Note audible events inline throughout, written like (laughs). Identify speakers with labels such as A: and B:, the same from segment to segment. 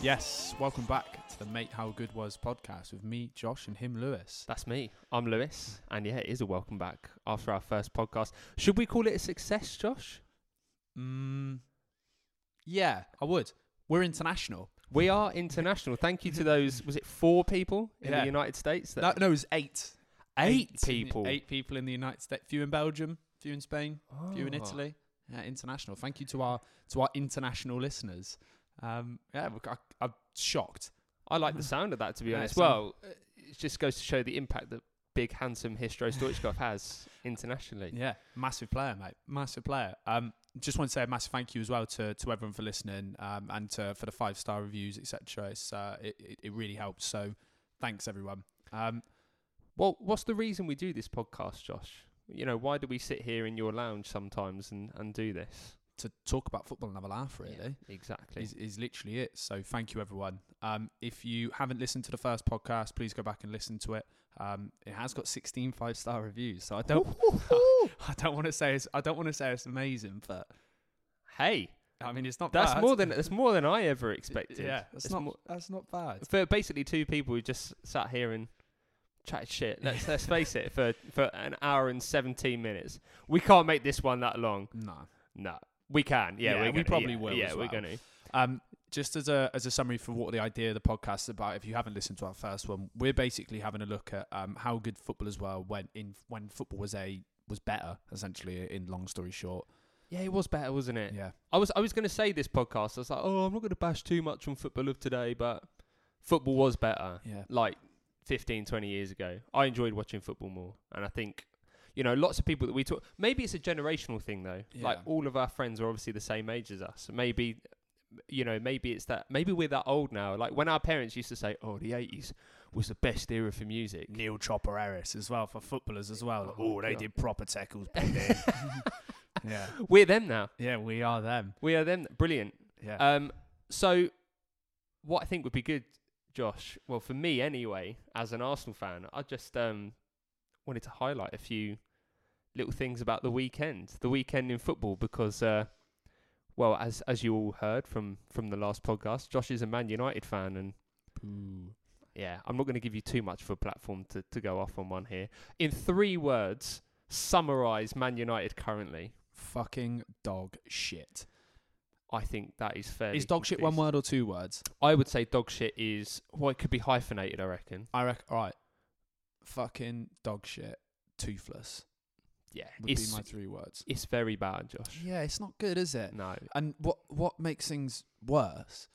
A: Yes, welcome back to the Mate How Good Was podcast with me, Josh, and him, Lewis.
B: That's me. I'm Lewis, and yeah, it is a welcome back after our first podcast. Should we call it a success, Josh?
A: Mm, yeah, I would. We're international.
B: We are international. Thank you to those. Was it four people in
A: Yeah.
B: the United States?
A: No, no, it was eight.
B: eight,
A: in-
B: people.
A: Eight people in the United States. Few in Belgium, few in Spain, few in
B: Oh.
A: Italy. Yeah, international. Thank you to our to our international listeners. Um, yeah, we- I, I'm shocked.
B: I like the sound of that, to be
A: Yeah,
B: honest.
A: it sound-
B: Well, uh, it just goes to show the impact that big, handsome Histro
A: (laughs)
B: Stoichkov has internationally.
A: Yeah, massive player, mate. Massive player. Um, just want to say a massive thank you as well to, to everyone for listening um, and to, for the five star reviews, etc. It's uh, it, it, it really helps. So thanks everyone. Um,
B: Well, what's the reason we do this podcast, Josh? You know, why do we sit here in your lounge sometimes and, and do this?
A: to talk about football and have a laugh, really.
B: Yeah, exactly.
A: is, is literally it. So thank you, everyone. Um, if you haven't listened to the first podcast, please go back and listen to it. Um, it has got 16 five star reviews. So I don't, (laughs) I don't want to say it's, I don't want to say it's amazing, but
B: hey,
A: I mean it's not.
B: that's
A: bad. (laughs)
B: more than that's more than I ever expected.
A: Yeah, that's
B: It's
A: not.
B: more-
A: that's not bad.
B: for basically two people who just sat here and chatted shit. Let's
A: (laughs)
B: let's face it, for for an hour and seventeen minutes, we can't make this one that long.
A: No.
B: No, we can. Yeah,
A: Yeah,
B: we're
A: we
B: gonna-
A: probably
B: yeah,
A: will
B: Yeah,
A: as
B: we're
A: well.
B: gonna.
A: Um, just as a as a summary for what the idea of the podcast is about, if you haven't listened to our first one, we're basically having a look at um, how good football as well when in when football was a was better essentially. In long story short,
B: Yeah, it was better, wasn't it?
A: yeah,
B: I was I was gonna say this podcast. I was like, oh, I'm not gonna bash too much on football of today, but football was better.
A: yeah,
B: like 15, 20 years ago. I enjoyed watching football more. And I think, you know, lots of people that we talk, maybe it's a generational thing though. Like
A: Yeah.
B: all of our friends are obviously the same age as us. Maybe, you know, maybe it's that, maybe we're that old now. Like when our parents used to say, oh, the 80s was the best era for music.
A: Neil Chopper Harris as well for footballers as well. Like,
B: Oh,
A: Oh, they
B: God.
A: did proper tackles back then. (laughs) yeah,
B: We're them now.
A: yeah, we are them.
B: We are them. Brilliant.
A: Yeah,
B: Um, so, what I think would be good, Josh, well, for me anyway, as an Arsenal fan, I just um, wanted to highlight a few little things about the weekend, the weekend in football, because, uh, well, as as you all heard from from the last podcast, Josh is a Man United fan, and yeah, I'm not going to give you too much of a platform to to go off on one here. In three words, summarise Man United currently.
A: fucking dog shit.
B: I think that is fair.
A: Is dog shit one word or two words?
B: I would say dog shit is well, it could be hyphenated. I reckon.
A: I reckon. All right, fucking dog shit, toothless
B: Yeah,
A: would
B: it's
A: be my three words.
B: it's very bad, Josh.
A: Yeah, it's not good, is it?
B: No,
A: And what what makes things worse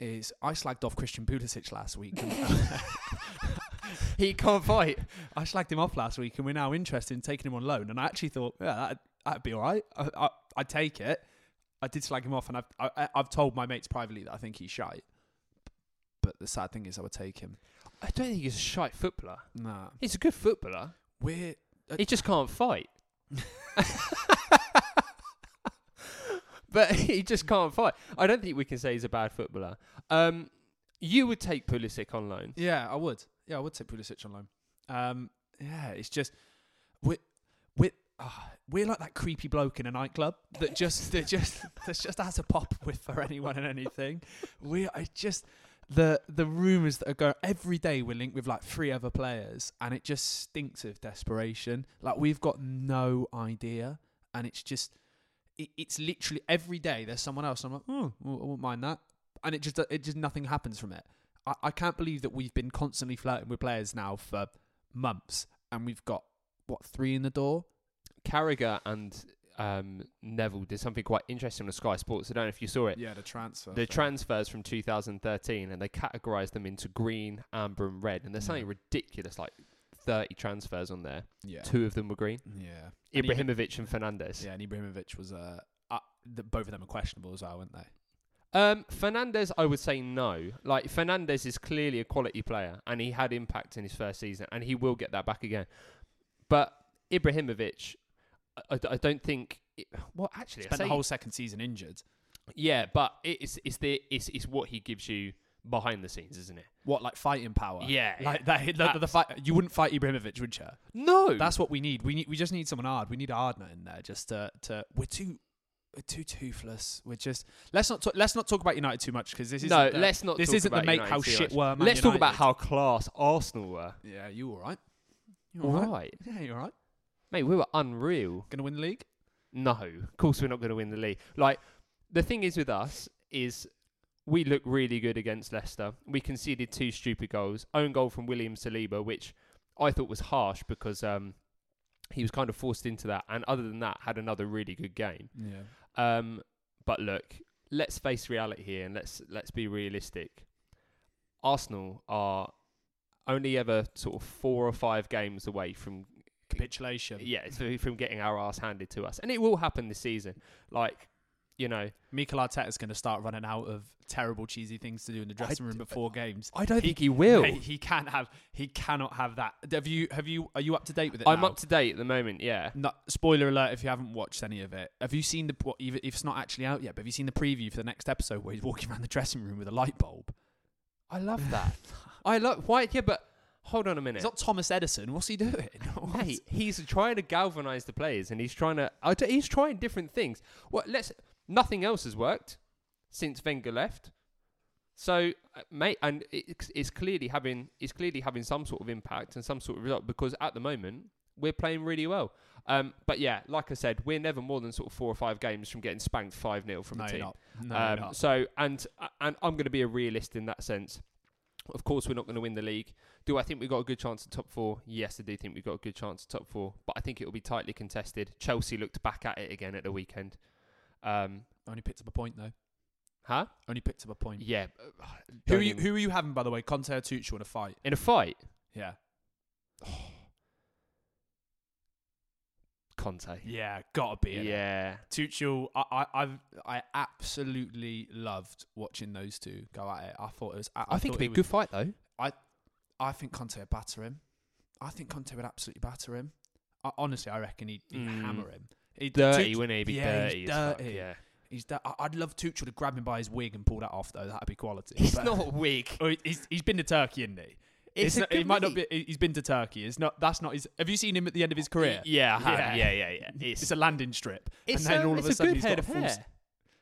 A: is I slagged off Christian Pulisic last week. and- (laughs)
B: he can't fight.
A: I slagged him off last week, and we're now interested in taking him on loan. And I actually thought, yeah, that'd, that'd be all right. I, I, I'd take it. I did slag him off, and I've I, I- I've told my mates privately that I think he's shite. But the sad thing is, I would take him.
B: I don't think he's a shite footballer.
A: Nah,
B: He's a good footballer.
A: we're
B: He just can't (laughs) fight. but he just can't fight. I don't think we can say he's a bad footballer. Um, you would take Pulisic on loan.
A: yeah, I would, yeah, I would take Pulisic on loan. Um, yeah, it's just we're we're uh, we're like that creepy bloke in a nightclub that just (laughs) that just that just has a pop with for anyone and anything. We I just the the rumors that are going every day. We're linked with like three other players, and it just stinks of desperation. Like we've got no idea, and it's just it, it's literally every day there's someone else. and I'm like, oh, I wouldn't mind that, and it just it just nothing happens from it. I, I can't believe that we've been constantly flirting with players now for months, and we've got what three in the door.
B: Carragher and um, Neville did something quite interesting on Sky Sports. I don't know if you saw it.
A: Yeah, the transfer.
B: the transfers from 2013 and they categorized them into green, amber, and red. And there's something
A: Mm.
B: ridiculous like 30 transfers on there.
A: yeah,
B: Two of them were green
A: yeah, And even-
B: Ibrahimovic and Fernandez.
A: yeah. And Ibrahimovic was uh, uh the, both of them are questionable as well, weren't they?
B: Um, Fernandez, I would say no. Like, Fernandez is clearly a quality player and he had impact in his first season and he will get that back again. But Ibrahimovic, I, I- I don't think. It, well, actually, I
A: Spent
B: say
A: the whole second season injured.
B: yeah, but it- it's it's the it's it's what he gives you behind the scenes, isn't it?
A: What like fighting power?
B: Yeah,
A: like that. The, the, the fight. You wouldn't fight Ibrahimovic, would you?
B: No,
A: That's what we need. We need. We just need someone hard. We need a hard nut in there. Just to, to we're too we're too toothless. We're just let's not talk, let's not talk about United too much because this is
B: no, let's not.
A: this
B: talk
A: isn't the
B: about
A: make
B: United
A: how
B: too
A: shit
B: much.
A: were. Man
B: Let's talk about
A: United.
B: how class Arsenal were.
A: Yeah, you all right? You
B: All
A: all right?
B: right,
A: Yeah, you all right?
B: mate, we were unreal.
A: Gonna win the league?
B: No, of course we're not going to win the league. Like the thing is with us is we look really good against Leicester. We conceded two stupid goals. Own goal from William Saliba, which I thought was harsh because um, he was kind of forced into that. And other than that, had another really good game.
A: Yeah.
B: Um, but look, let's face reality here, and let's let's be realistic. Arsenal are only ever sort of four or five games away from
A: Capitulation.
B: yeah, it's very- from getting our ass handed to us, and it will happen this season. Like, you know,
A: Mikel Arteta's gonna start running out of terrible cheesy things to do in the dressing room before games.
B: I don't
A: He-
B: think he will.
A: Mate, he can't have. He cannot have that. Have you? Have you? Are you up to date with it?
B: I'm
A: now?
B: up to date at the moment. Yeah,
A: No, spoiler alert! If you haven't watched any of it, have you seen the? What, even if it's not actually out yet, but have you seen the preview for the next episode where he's walking around the dressing room with a light bulb?
B: I love that. I love why. Yeah, but hold on a
A: (laughs)
B: minute.
A: It's not Thomas Edison. What's he doing? (laughs) What?
B: Mate, he's trying to galvanize the players, and he's trying to. I don't- He's trying different things. Well, let's. Nothing else has worked since Wenger left. So, uh, mate, and it's, it's clearly having it's clearly having some sort of impact and some sort of result because at the moment we're playing really well. Um, but yeah, like I said, we're never more than sort of four or five games from getting spanked five 0 from
A: no,
B: a
A: you're
B: team.
A: not. No,
B: um,
A: you're not.
B: So, and uh, and I'm going to be a realist in that sense. Of course, we're not going to win the league. Do I think we've got a good chance at top four? Yes, I do think we've got a good chance at top four, but I think it'll be tightly contested. Chelsea looked back at it again at the weekend. Um,
A: Only picked up a point though.
B: huh?
A: Only picked up a point.
B: Yeah.
A: Who
B: Don't
A: are you?
B: even-
A: Who are you having by the way? Conte or Tuchel in a fight?
B: in a fight?
A: Yeah.
B: Conte.
A: Yeah, gotta be. innit?
B: Yeah.
A: Tuchel, I, I, I've, I absolutely loved watching those two go at it. I thought it was. I,
B: I, think
A: thought
B: it'd be
A: it
B: a
A: was-
B: good fight though.
A: I think Conte would batter him. I think Conte would absolutely batter him. I, honestly, I reckon he'd, he'd
B: Mm.
A: hammer him. He'd,
B: Dirty,
A: Tuch-
B: wouldn't he? He'd Be
A: yeah,
B: dirty.
A: he's
B: as fuck,
A: dirty.
B: (laughs) Yeah.
A: he's da- I, would love Tuchel to grab him by his wig and pull that off, though. That'd be quality.
B: He's
A: But-
B: not (laughs) weak.
A: (laughs) Oh, he- he's, he's been to Turkey, isn't he? It's
B: It's, a
A: not-
B: good
A: he might not
B: league.
A: be. he- He's been to Turkey. It's not. That's not his. Have you seen him at the end of his career?
B: Yeah, I have.
A: Yeah.
B: yeah, yeah, (laughs) yeah.
A: It's, a landing strip,
B: it's
A: and then
B: a-
A: all
B: it's
A: of a sudden
B: good
A: he's got
B: head
A: a
B: of
A: full.
B: hair.
A: s-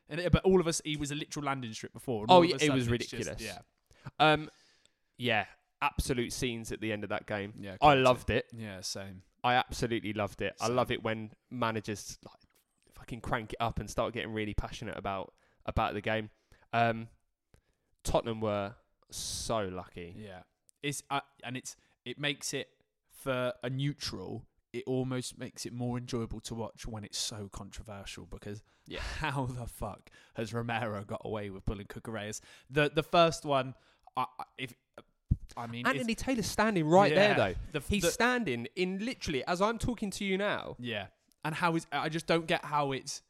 A: and it- but all of us, he was a literal landing strip before. and
B: Oh,
A: all of
B: yeah,
A: a
B: it was
A: sudden it's just-
B: ridiculous.
A: yeah,
B: Um, yeah, absolute scenes at the end of that game.
A: yeah.
B: I
A: Conte.
B: loved it.
A: Yeah, same.
B: I absolutely loved it. I
A: Same.
B: love it when managers like fucking crank it up and start getting really passionate about about the game. Um, Tottenham were so lucky.
A: Yeah, it's uh, and it's it makes it for a neutral. It almost makes it more enjoyable to watch when it's so controversial because
B: Yeah.
A: (laughs) how the fuck has Romero got away with pulling Cucureas? The the first one, I I- if I mean, it's-
B: Anthony Taylor's standing right
A: yeah,
B: there though.
A: the,
B: He's
A: the-
B: standing in literally as I'm talking to you now.
A: yeah, and how is I just don't get how it's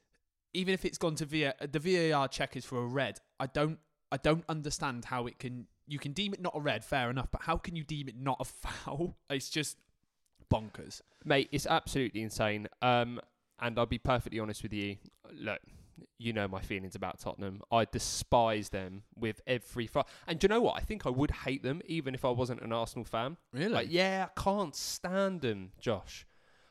A: even if it's gone to VAR, the VAR check is for a red. I don't I don't understand how it can you can deem it not a red, fair enough, but how can you deem it not a (laughs) foul? It's just bonkers.
B: Mate, it's absolutely insane. Um, and I'll be perfectly honest with you. Look, you know my feelings about Tottenham. I despise them with every. Fr- and do you know what? I think I would hate them even if I wasn't an Arsenal fan.
A: Really?
B: Like, yeah, I can't stand them, Josh.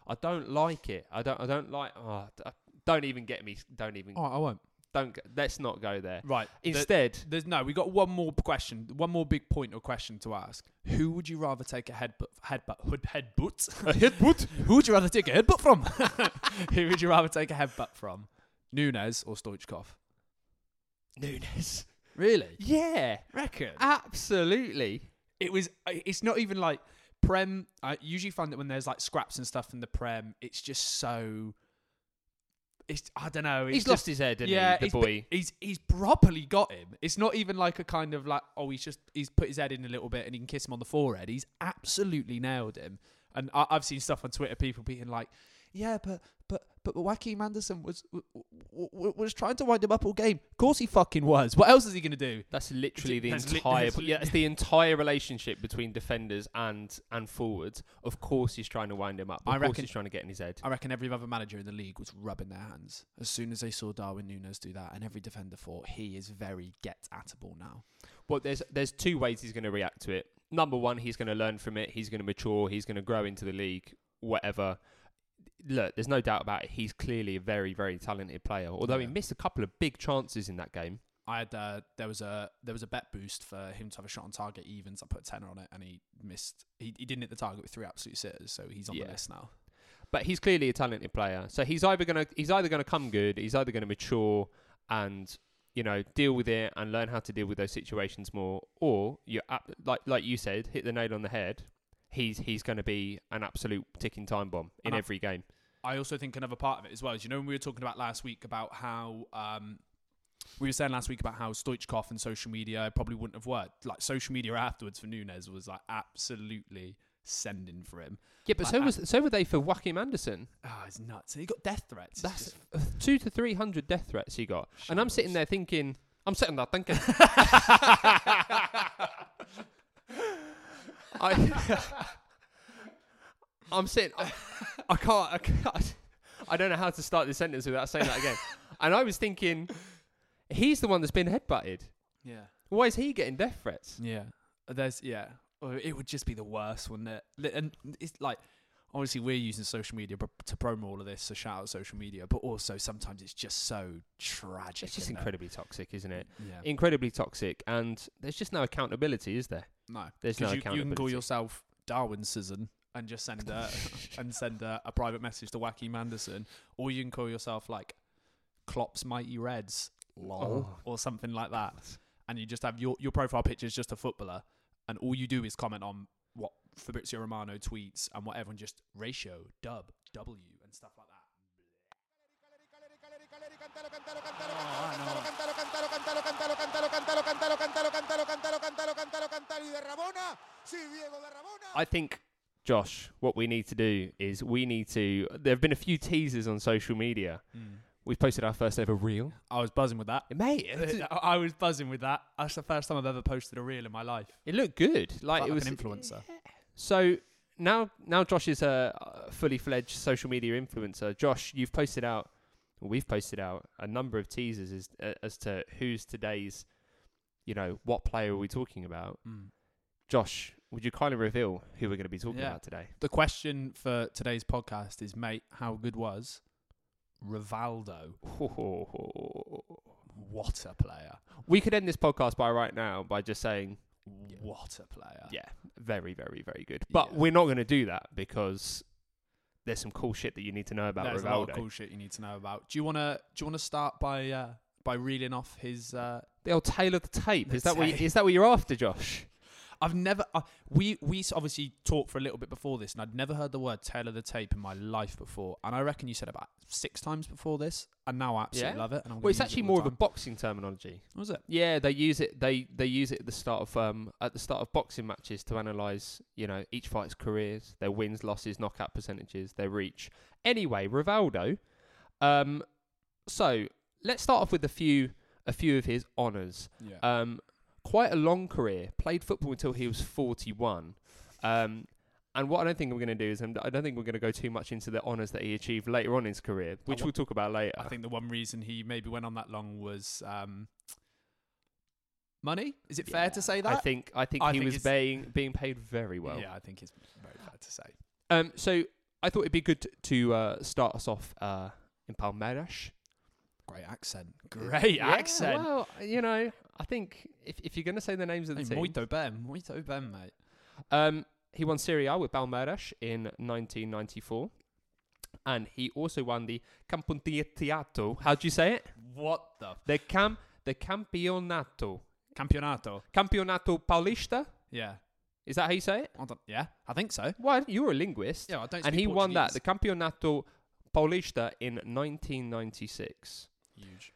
B: I don't like it. I don't. I don't like. Oh, d- don't even get me. Don't even.
A: oh, I won't.
B: Don't. g- Let's not go there.
A: Right. Th-
B: Instead,
A: there's no. We got one more question. One more big point or question to ask. Who would you rather take a headbutt? Headbutt. Hood, (laughs) headbutt.
B: a headbutt.
A: Who would you rather take a headbutt from? (laughs) Who would you rather take a headbutt from? Nunes or Stoichkov?
B: Nunes.
A: Really?
B: Yeah,
A: Reckon.
B: absolutely.
A: It was. I- It's not even like prem. I usually find that when there's like scraps and stuff in the prem, it's just so. It's. I don't know. It's
B: He's
A: just,
B: lost his head, didn't he? The
A: he's, but
B: boy.
A: He's he's properly got him. It's not even like a kind of like oh he's just he's put his head in a little bit and he can kiss him on the forehead. He's absolutely nailed him. And I, I've seen stuff on Twitter people being like, yeah, but but but Joaquin Anderson was w- w- w- was trying to wind him up all game. Of course he fucking was. What else is he gonna do?
B: That's literally the
A: That's li-
B: entire.
A: that's li-
B: yeah, that's the entire relationship between defenders and and forwards. Of course, he's trying to wind him up. Of
A: I
B: course,
A: reckon-
B: he's trying to get in his head.
A: I reckon every other manager in the league was rubbing their hands as soon as they saw Darwin Nunes do that, and every defender thought he is very get atable now.
B: Well, there's there's two ways he's going to react to it. Number one, he's going to learn from it. He's going to mature. He's going to grow into the league. Whatever. look, there's no doubt about it. He's clearly a very, very talented player. Although
A: Yeah.
B: he missed a couple of big chances in that game.
A: I had uh, there was a there was a bet boost for him to have a shot on target evens. I put a tenner on it, and he missed. He, he didn't hit the target with three absolute sitters, so he's on
B: Yeah.
A: the list now.
B: But he's clearly a talented player. So he's either gonna he's either gonna come good. He's either gonna mature and you know deal with it and learn how to deal with those situations more, or you ab- like like you said, hit the nail on the head. He's he's going to be an absolute ticking time bomb in
A: And I-
B: every game.
A: I also think another part of it as well is you know when we were talking about last week about how um, we were saying last week about how Stoichkov and social media probably wouldn't have worked. Like social media afterwards for Nunes was like absolutely sending for him.
B: Yeah, but
A: I-
B: so
A: I-
B: was so were they for Joachim Anderson.
A: Ah, it's nuts. And he got death threats. It's
B: That's
A: just-
B: two to three hundred death threats he got, and I'm sitting there thinking, I'm sitting
A: (laughs)
B: there thinking, (laughs) I, I'm sitting, I, I can't, I can't, I don't know how to start this sentence without saying that again. And I was thinking, he's the one that's been headbutted.
A: yeah,
B: Why is he getting death threats?
A: yeah. There's yeah. Oh, It would just be the worst, wouldn't it? Li- And it's like obviously we're using social media pro- to promo all of this, so shout out social media. But also sometimes it's just so tragic.
B: It's just
A: isn't it?
B: incredibly toxic, isn't it?
A: Yeah.
B: Incredibly toxic, and there's just no accountability, is there?
A: No,
B: There's
A: 'cause
B: no
A: you, you can call
B: accountability.
A: yourself Darwin Sisson and just send
B: (laughs)
A: a and send a, a private message to Wacky Anderson, or you can call yourself like Klopp's Mighty Reds, lol,
B: Oh.
A: or something like that, and you just have your your profile picture is just a footballer, and all you do is comment on what Fabrizio Romano tweets and whatever, and just ratio, dub, W, and stuff like that.
B: I think, Josh, what we need to do is we need to. There have been a few teasers on social media. We've posted our first ever reel.
A: I was buzzing with that.
B: Mate,
A: (laughs) I
B: it,
A: I was buzzing with that. That's the first time I've ever posted a reel in my life.
B: (laughs) it looked good. Like
A: Like,
B: it was
A: an
B: (laughs)
A: influencer.
B: So now, now Josh is a uh, fully fledged social media influencer. Josh, you've posted out, well, we've posted out a number of teasers as uh, as to who's today's, you know, what player are we talking about?
A: Mm.
B: Josh, would you kindly reveal who we're going to be talking
A: Yeah.
B: about today? (laughs)
A: The question for today's podcast is, mate, how good was Rivaldo? What a player!
B: We could end this podcast by right now by just saying,
A: What a player!
B: yeah, very, very, very good. But
A: Yeah.
B: we're not going to do that because there's some cool shit that you need to know about
A: There's a lot
B: Rivaldo.
A: of cool shit you need to know about. Do you wanna do you wanna start by uh, by reeling off his? Uh,
B: The old tail of the tape.
A: The
B: is that what? You,
A: tape.
B: is that what you're after, Josh?
A: I've never uh, we we s- obviously talked for a little bit before this, and I'd never heard the word tail of the tape in my life before. And I reckon you said about six times before this, and now I absolutely
B: Yeah.
A: love it. And I'm
B: Well, it's actually more of a boxing terminology.
A: a was it?
B: Yeah, they use it. They they use it at the start of um at the start of boxing matches to analyze you know each fight's careers, their wins, losses, knockout percentages, their reach. Anyway, Rivaldo. Um, so let's start off with a few a few of his honors.
A: Yeah.
B: Um, quite a long career. Played football until he was 41. Um, and what I don't think we're going to do is I'm, I don't think we're going to go too much into the honours that he achieved later on in his career, which
A: wa-
B: we'll talk about later.
A: I think the one reason he maybe went on that long was um, money. Is it fair to say that?
B: I think I think
A: I
B: he
A: think
B: was
A: it's-
B: being being paid very well.
A: Yeah, I think it's very fair to say.
B: Um, so I thought it'd be good to uh, start us off uh, in Palmeiras.
A: Great accent. Great
B: Yeah,
A: accent.
B: Well, you know, I think if if you're going to say the names of the
A: Hey,
B: team,
A: muito bem, muito bem, mate.
B: Um, he won Serie A with Palmeiras in 1994. And he also won the Campionato. How do you say it?
A: What the
B: The cam, the Campionato,
A: campeonato?
B: Campionato Paulista.
A: Yeah,
B: Is that how you say it?
A: I don't, yeah, I think so.
B: Well, you're a linguist.
A: Yeah, I don't.
B: and
A: speak
B: he won that, the
A: Portuguese.
B: Campionato Paulista, in 1996.
A: Huge.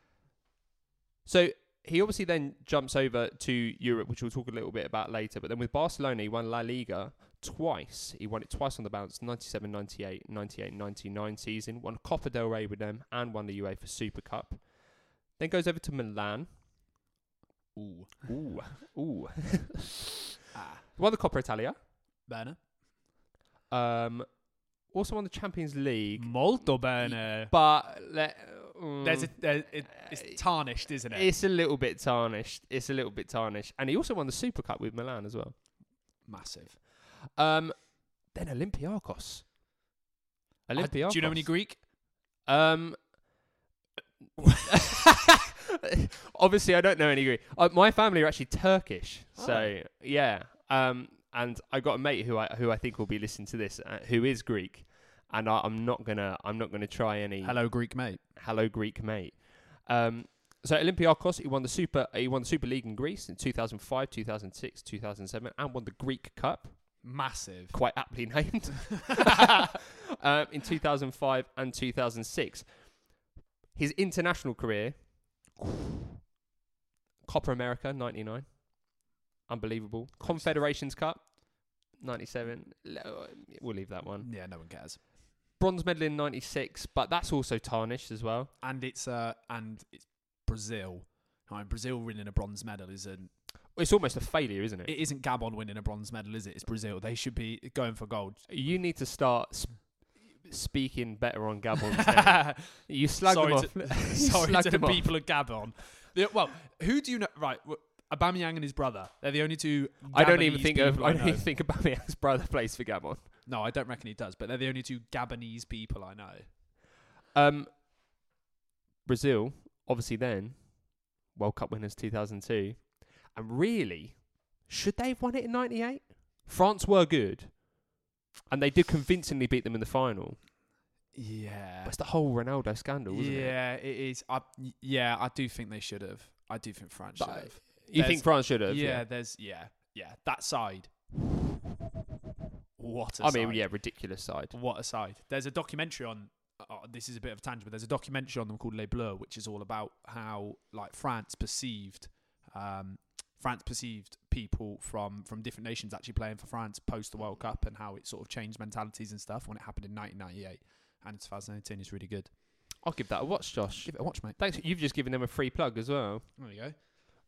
B: So he obviously then jumps over to Europe, which we'll talk a little bit about later. But then with Barcelona, he won La Liga twice. He won it twice on the bounce 97 98, 98 99 season, won Copa del Rey with them, and won the UEFA Super Cup. Then goes over to Milan.
A: Ooh.
B: Ooh, (laughs) ooh.
A: (laughs) Ah,
B: won the Coppa Italia.
A: bene.
B: Um, also won the Champions League.
A: Molto bene.
B: But let, um,
A: There's a, there, it,
B: Uh,
A: it's tarnished, isn't it?
B: It's a little bit tarnished. It's a little bit tarnished. And he also won the Super Cup with Milan as well.
A: Massive.
B: Um, then Olympiacos.
A: I-
B: Olympiacos.
A: do you know any Greek?
B: Um, (laughs) obviously, I don't know any Greek. Uh, my family are actually Turkish, so
A: Ah.
B: yeah. Um, and I got a mate who I who I think will be listening to this, uh, who is Greek, and I, I'm not gonna I'm not gonna try any
A: Hello, Greek mate.
B: hello Greek mate. Um, so Olympiacos, he won the super he won the Super League in Greece in 2005, 2006, 2007, and won the Greek Cup
A: Massive.
B: quite
A: (laughs)
B: aptly named, um, in 2005 and 2006. His international career, Copper America, 99. Unbelievable. Confederations Cup, 97. Le- uh, We'll leave that one.
A: Yeah, no one cares.
B: Bronze medal in 96, but that's also tarnished as well.
A: And it's uh and it's Brazil. I mean, Brazil winning a bronze medal isn't
B: It's almost a failure, isn't it?
A: it isn't Gabon winning a bronze medal, is it? It's Brazil. They should be going for gold.
B: you need to start sp- speaking better on
A: (laughs)
B: Gabon's name.
A: sorry
B: You slug them off.
A: to,
B: You
A: sorry
B: slug
A: to the
B: them off.
A: people of Gabon. The- well, who do you know? Right, w- Aubameyang and his brother. They're the only two.
B: I don't even
A: Gabonese
B: think of.
A: people
B: I don't
A: know.
B: even think Aubameyang's brother plays for Gabon.
A: No, I don't reckon he does. But they're the only two Gabonese people I know.
B: Um, Brazil, obviously, then World Cup winners 2002, and really, should they have won it in '98? France were good, and they did convincingly beat them in the final.
A: Yeah.
B: But it's the whole Ronaldo scandal, isn't it?
A: yeah, it is. I, yeah, I do think they should have. I do think France should
B: But
A: have.
B: You
A: There's-
B: think France should have?
A: yeah, there's yeah, yeah. That side. What a
B: I mean,
A: side.
B: yeah, ridiculous side.
A: What a side. There's a documentary on. Oh, this is a bit of a tangent, but there's a documentary on them called Les Bleus, which is all about how like France perceived, um, France perceived people from from different nations actually playing for France post the World Cup, and how it sort of changed mentalities and stuff when it happened in 1998 and 2018 is really good.
B: I'll give that a watch, Josh.
A: Give it a watch, mate.
B: Thanks. You've just given them a free plug as well.
A: There you go.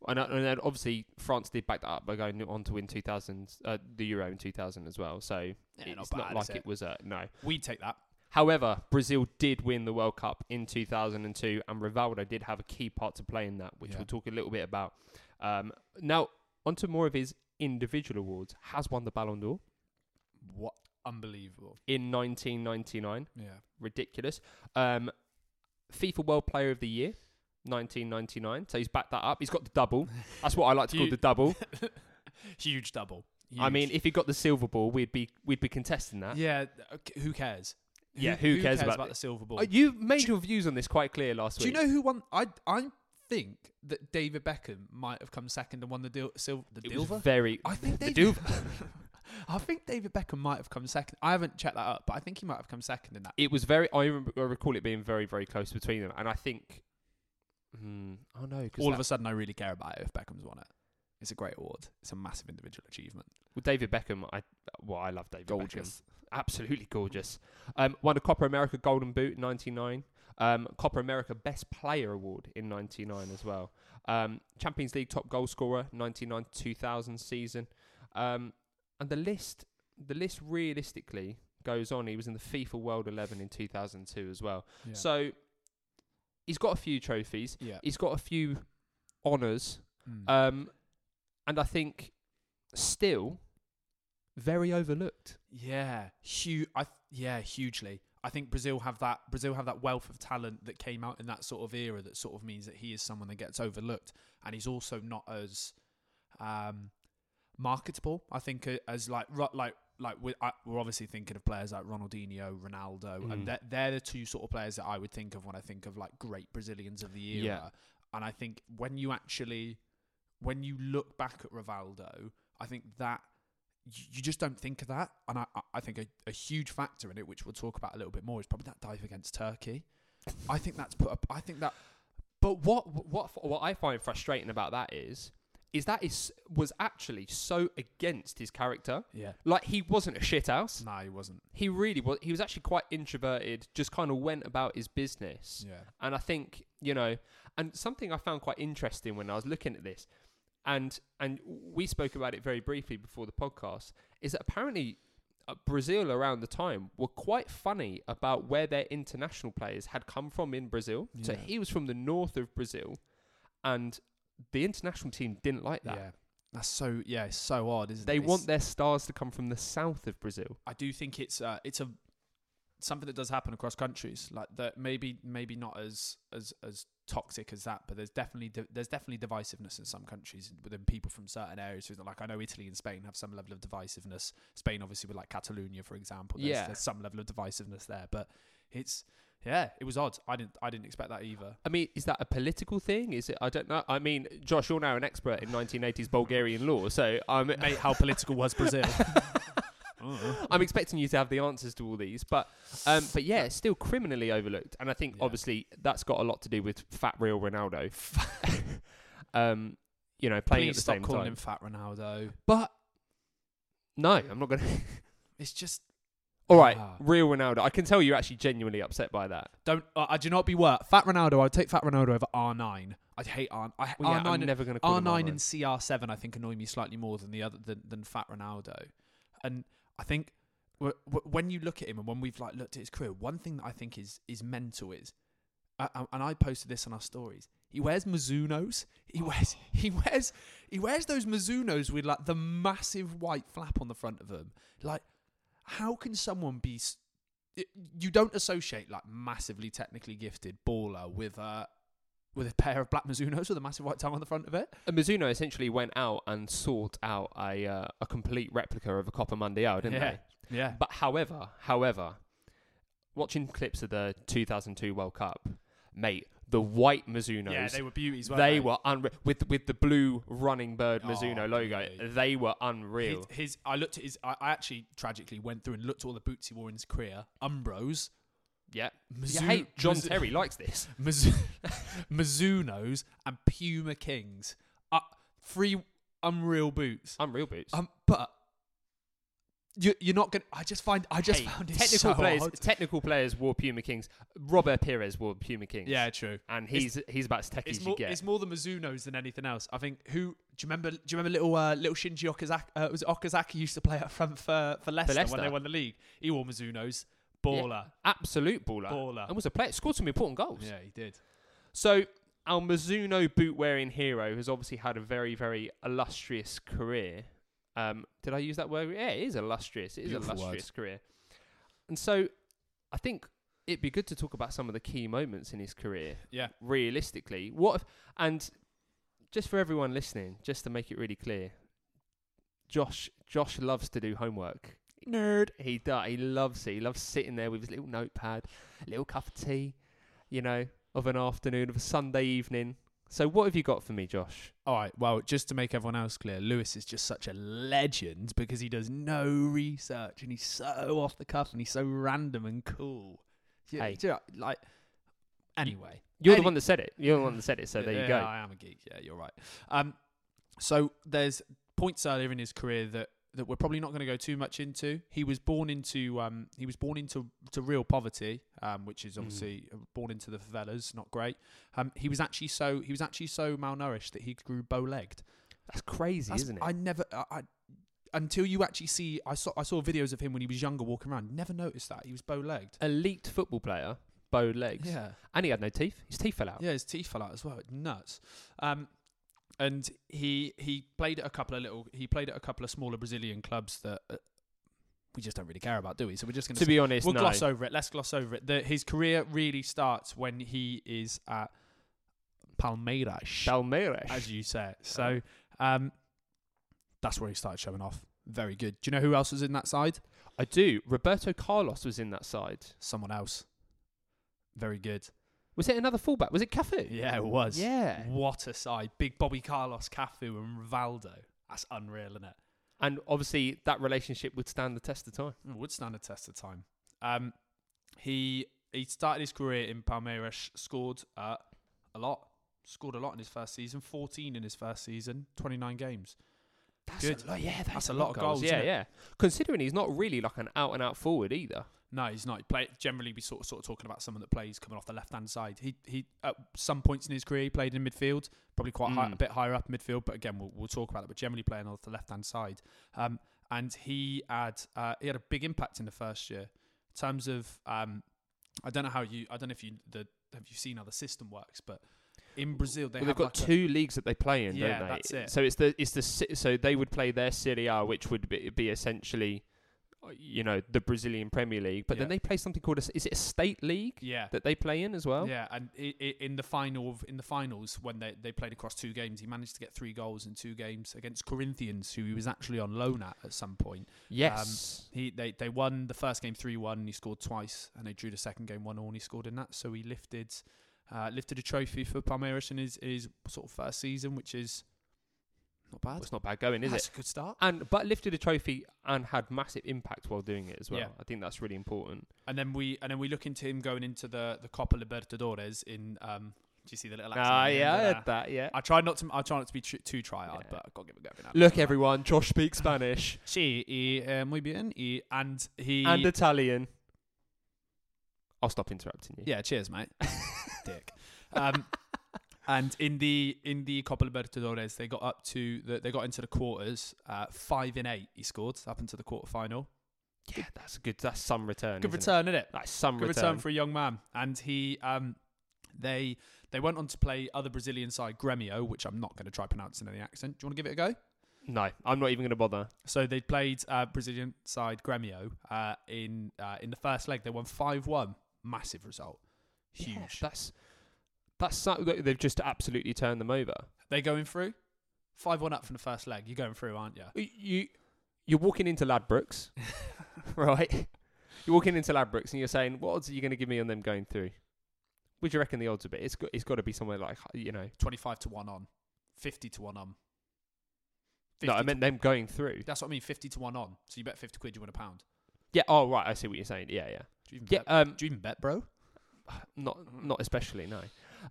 B: And, uh, and then obviously France did back that up by going on to win 2000 uh, the Euro in 2000 as well. So
A: Yeah,
B: it's
A: not
B: not,
A: bad,
B: like
A: is
B: it?
A: it?
B: was a no.
A: We take that.
B: However, Brazil did win the World Cup in 2002, and Rivaldo did have a key part to play in that, which
A: Yeah.
B: we'll talk a little bit about. Um, now, onto more of his individual awards. Has won the Ballon d'Or
A: What unbelievable.
B: in 1999.
A: Yeah. (laughs)
B: ridiculous. Um, FIFA World Player of the Year, 1999. So he's backed that up. He's got the double. That's what I like to
A: (laughs)
B: call
A: You-
B: the double.
A: Huge double.
B: I mean, if he got the silver ball, we'd be we'd be contesting that.
A: yeah. okay, Who cares?
B: Yeah, who cares about
A: the silver ball?
B: Uh, you made your views on this quite clear last
A: Do you
B: week.
A: know who won? I I think that David Beckham might have come second and won the deal, sil- the
B: it was
A: Dilver.
B: very.
A: I think (laughs)
B: the
A: David. I think David Beckham might have come second. I haven't checked that up, but I think he might have come second in that.
B: It was very. I, remember, I recall it being very very close between them, and I think. Hmm, oh no!
A: All of a
B: us.
A: sudden, I really care about it if Beckham's won it. It's a great award. It's a massive individual achievement.
B: Well, David Beckham. I well, I love David. Beckham.
A: Gorgeous.
B: absolutely gorgeous. Um, won a Copper America Golden Boot in 99. Um, Copper America Best Player Award in 99 as well. Um, Champions League top goal scorer 99 2000 season. Um, and the list, the list realistically goes on. He was in the FIFA World 11 in 2002 as well.
A: Yeah.
B: So he's got a few trophies.
A: yeah.
B: He's got a few honours.
A: Mm.
B: Um, and I think still very overlooked.
A: Yeah, huge. I th- yeah, hugely. I think Brazil have that. Brazil have that wealth of talent that came out in that sort of era. That sort of means that he is someone that gets overlooked, and he's also not as um, marketable. I think uh, as like ro- like like we're, I, we're obviously thinking of players like Ronaldinho, Ronaldo,
B: Mm.
A: and they're, they're the two sort of players that I would think of when I think of like great Brazilians of the era.
B: Yeah.
A: And I think when you actually when you look back at Rivaldo, I think that you, you just don't think of that. And I, I- I think a, a huge factor in it, which we'll talk about a little bit more, is probably that dive against Turkey. I think that's put up. I think that
B: But what what what I find frustrating about that is is that is was actually so against his character.
A: yeah.
B: Like he wasn't a shithouse.
A: No, he wasn't.
B: He really was. He was actually quite introverted. Just kind of went about his business.
A: Yeah.
B: And I think you know, and something I found quite interesting when I was looking at this, and and we spoke about it very briefly before the podcast, is that apparently. uh, Brazil around the time were quite funny about where their international players had come from in Brazil. So
A: Yeah.
B: he was from the north of Brazil, and the international team didn't like that.
A: Yeah. That's so yeah, it's so odd, isn't
B: They
A: it? It's-
B: want their stars to come from the south of Brazil.
A: I do think it's uh, it's a something that does happen across countries, like that maybe maybe not as as as toxic as that, but there's definitely di- there's definitely divisiveness in some countries within people from certain areas. Who, like I know Italy and Spain have some level of divisiveness. Spain, obviously, with like Catalonia, for example, there's,
B: Yeah.
A: there's some level of divisiveness there. But it's yeah, it was odd. I didn't I didn't expect that either.
B: I mean, is that a political thing? Is it? I don't know. I mean, Josh, you're now an expert in 1980s Bulgarian law, so I'm
A: Mate, how political was Brazil?
B: I'm expecting you to have the answers to all these, but um, but yeah, it's still criminally overlooked, and I think
A: Yeah.
B: obviously that's got a lot to do with fat
A: (laughs)
B: real Ronaldo. (laughs) um, you know, (laughs) playing
A: Please
B: at the
A: stop
B: same
A: calling
B: time.
A: him Fat Ronaldo.
B: But no, I'm not gonna. (laughs)
A: It's just
B: all right,
A: Ah.
B: real Ronaldo. I can tell you're actually genuinely upset by that.
A: don't. Uh, I do not be work. Fat Ronaldo. I would take Fat Ronaldo over R nine. I hate R. I,
B: Well, yeah,
A: R9
B: I'm never gonna call
A: R
B: him
A: nine and CR seven I think annoy me slightly more than the other than, than Fat Ronaldo, and I think w- w- when you look at him and when we've like looked at his career, one thing that I think is is mental is, uh, uh, and I posted this on our stories. He wears Mizuno's. He wears he wears he wears those Mizuno's with like the massive white flap on the front of them. Like, how can someone be? s- y- You don't associate like massively technically gifted baller with uh with a pair of black Mizuno's with a massive white tongue on the front of it.
B: Uh, Mizuno essentially went out and sought out a uh, a complete replica of a Copa Mundial, didn't
A: Yeah.
B: they?
A: Yeah.
B: But however, however, watching clips of the 2002 World Cup, mate, the white Mizunos.
A: Yeah, they were beauties.
B: they
A: Weren't
B: were unreal with with the blue running bird
A: Oh,
B: Mizuno logo.
A: dude.
B: They were
A: His,
B: unreal.
A: his, I looked at his. I, I actually tragically went through and looked at all the boots he wore in his career. Umbros,
B: yeah.
A: Mizu-
B: yeah. Hey, John
A: Mizu-
B: Terry likes this.
A: Mizu- (laughs) Mizunos, and Puma Kings. Uh, three unreal boots.
B: Unreal boots.
A: Um, but you, you're not gonna. I just find. I just
B: Hey,
A: found it
B: technical
A: so
B: players.
A: odd.
B: Technical players wore Puma Kings. Robert Pires wore Puma Kings.
A: Yeah, true.
B: and he's he's about as techie as
A: It's
B: you
A: more,
B: get.
A: it's more the Mizunos than anything else. I think. Who do you remember? Do you remember little uh, little Shinji Okazaki? Uh, it was Okazaki used to play up front for for Leicester, when they
B: Leicester.
A: won the league. He wore Mizunos. Baller,
B: Absolute baller.
A: Baller.
B: And was a player. Scored some important goals.
A: Yeah, he did.
B: So our Mizuno boot wearing hero has obviously had a very, very illustrious career. Um, did I use that word? Yeah, it is illustrious. It is
A: Beautiful word.
B: illustrious career. And so I think it'd be good to talk about some of the key moments in his career.
A: Yeah.
B: Realistically. What if, and just for everyone listening, just to make it really clear, Josh Josh loves to do homework. Nerd. He does. He loves it. He loves sitting there with his little notepad, little cup of tea, you know, of an afternoon, of a Sunday evening. So what have you got for me, Josh?
A: All right. Well, just to make everyone else clear, Lewis is just such a legend because he does no research and he's so off the cuff and he's so random and cool. Yeah,
B: Hey.
A: do you know, like anyway.
B: You're
A: Any-
B: the one that said it. You're the one that said it. So there
A: Yeah,
B: you go.
A: I am a geek. Yeah, you're right. Um, so there's points earlier in his career that that we're probably not going to go too much into. He was born into um, he was born into to real poverty, um, which is
B: Mm.
A: obviously born into the favelas, not great. Um, he was actually so he was actually so malnourished that he grew bow-legged.
B: That's crazy,
A: That's-
B: isn't it?
A: I never, I, I until you actually see, I saw, I saw videos of him when he was younger walking around. Never noticed that he was bow legged.
B: Elite football player, bowed legs,
A: Yeah,
B: and he had no teeth. His teeth fell out.
A: yeah, his teeth fell out as well. Nuts. Um, and he he played at a couple of little, he played at a couple of smaller Brazilian clubs that uh, we just don't really care about, do we? So we're just going
B: To be honest,
A: we'll
B: no.
A: gloss over it. Let's gloss over it. The, his career really starts when he is at Palmeiras.
B: Palmeiras.
A: as you say. So um, that's where he started showing off. Very good. Do you know who else was in that side?
B: I do. Roberto Carlos was in that side.
A: Someone else. Very good.
B: Was it another fullback? Was it Cafu?
A: Yeah, it was.
B: Yeah.
A: What a side. Big Bobby Carlos, Cafu, and Rivaldo. That's unreal, isn't it?
B: And obviously, that relationship would stand the test of time.
A: It Would stand a test of time. Um, he he started his career in Palmeiras, scored uh, a lot, scored a lot in his first season. 14 in his first season, 29 games.
B: That's
A: Good.
B: a lot. Yeah, that
A: That's
B: is
A: a lot of goals,
B: Yeah,
A: isn't it?
B: yeah. Considering he's not really like an out and out forward either.
A: No, he's not. He play, generally, we sort of sort of talking about someone that plays coming off the left hand side. He he at some points in his career he played in midfield, probably quite high,
B: Mm.
A: a bit higher up midfield. But again, we'll, we'll talk about it. But generally playing off the left hand side, um, and he had uh, he had a big impact in the first year in terms of um, I don't know how you I don't know if you the have you seen how the system works, but in Brazil they
B: well,
A: have
B: they've got
A: like a-
B: two leagues that they play in,
A: Yeah,
B: don't they?
A: that's it.
B: So it's the it's the si- so they would play their Serie A, which would be, be essentially uh, you know the Brazilian Premier League, but then
A: Yeah.
B: they play something called a, s- is it a state league
A: Yeah.
B: that they play in as well?
A: Yeah, and i i in the final of, in the finals when they, they played across two games, he managed to get three goals in two games against Corinthians, who he was actually on loan at at some point.
B: Yes.
A: He they, they won the first game three one, he scored twice, and they drew the second game one all, and he scored in that. So he lifted uh, lifted a trophy for Palmeiras in his, his sort of first season, which is not
B: Well,
A: bad.
B: it's not bad going, is
A: That's
B: it?
A: a good start.
B: And but lifted a trophy and had massive impact while doing it as well.
A: Yeah.
B: I think that's really important.
A: And then we and then we look into him going into the the Copa Libertadores in. Um, do you see the little? accent
B: Ah,
A: on the end
B: yeah, I
A: of
B: heard
A: that?
B: that. Yeah.
A: I try not to. I try not to be tr- too tryhard,
B: Yeah.
A: but I've got to give it a go. every now and
B: Look,
A: then.
B: everyone, Josh
A: (laughs)
B: speaks Spanish
A: Sí, y, eh, muy bien. y- and he.
B: and Italian. I'll stop interrupting you.
A: yeah, cheers, mate. (laughs) Dick. Um, and in the in the Copa Libertadores, they got up to the, they got into the quarters. Uh, five in eight, he scored up into the quarterfinal.
B: Yeah, that's a good. That's some return.
A: Good
B: isn't it?
A: return, is it?
B: That's some
A: Good
B: return.
A: return for a young man. And he, um, they they went on to play other Brazilian side Grêmio, which I'm not going to try pronouncing any accent. Do you want to give it a go?
B: no, I'm not even going to bother.
A: So they played uh, Brazilian side Grêmio uh, in uh, in the first leg. They won five one, massive result, huge.
B: Yeah, that's that's so- they- they've just absolutely turned them over.
A: they going through five one up from the first leg. You're going through, aren't you?
B: You you're walking
A: (laughs)
B: into Ladbrokes, right? You're walking into Ladbrokes and you're saying, "What odds are you going to give me on them going through?" Would you reckon the odds a bit? It's got it's got to be somewhere like you know.
A: Twenty five to one on, fifty to one on.
B: No, I
A: 50
B: meant them going through.
A: that's what I mean. Fifty to one on. So you bet fifty quid, you win a pound.
B: Yeah. Oh, right. I see what you're saying. Yeah, yeah.
A: Do you even
B: Yeah.
A: bet?
B: Um.
A: Do you even bet, bro?
B: Not not especially. No.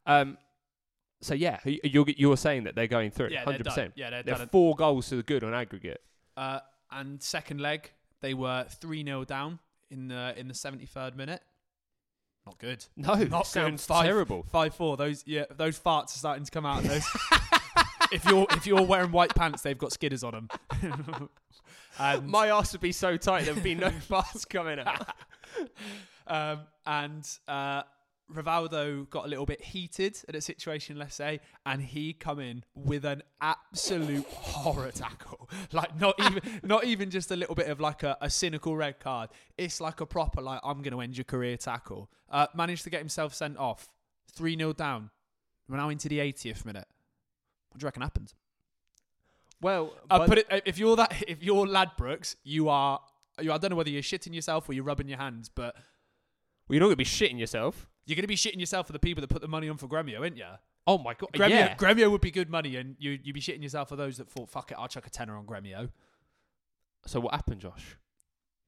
B: Um. So yeah, y- you're you're saying that they're going through.
A: Yeah, they're
B: Hundred
A: done.
B: percent.
A: Yeah, they're,
B: They're
A: done.
B: four goals to the good on aggregate.
A: Uh, and second leg, they were three 0 down in the in the seventy third minute. Not good.
B: No,
A: Not
B: sounds
A: good. Five-
B: terrible.
A: Five four. Those yeah, those farts are starting to come (laughs) out.
B: (laughs)
A: Those. if you're if you're wearing white pants, they've got skidders on them. um,
B: My ass would be so tight there would
A: (laughs)
B: be no farts coming out.
A: um, and uh, Rivaldo got a little bit heated at a situation, let's say, and he come in with an absolute horror tackle. (laughs) Like not even not even just a little bit of like a, a cynical red card. It's like a proper like I'm going to end your career tackle. Uh, managed to get himself sent off. Three 0 down. We're now into the 80th minute. What do you reckon happened?
B: Well,
A: I put Uh, it if you're that if you're Ladbrokes, you are you. I don't know whether you're shitting yourself or you're rubbing your hands, but
B: well, you're not gonna be shitting yourself.
A: You're going to be shitting yourself for the people that put the money on for Gremio, ain't you?
B: Oh my god,
A: Gremio,
B: yeah.
A: Gremio would be good money, and you, you'd be shitting yourself for those that thought, fuck it, I'll chuck a tenner on Gremio.
B: so what happened, Josh?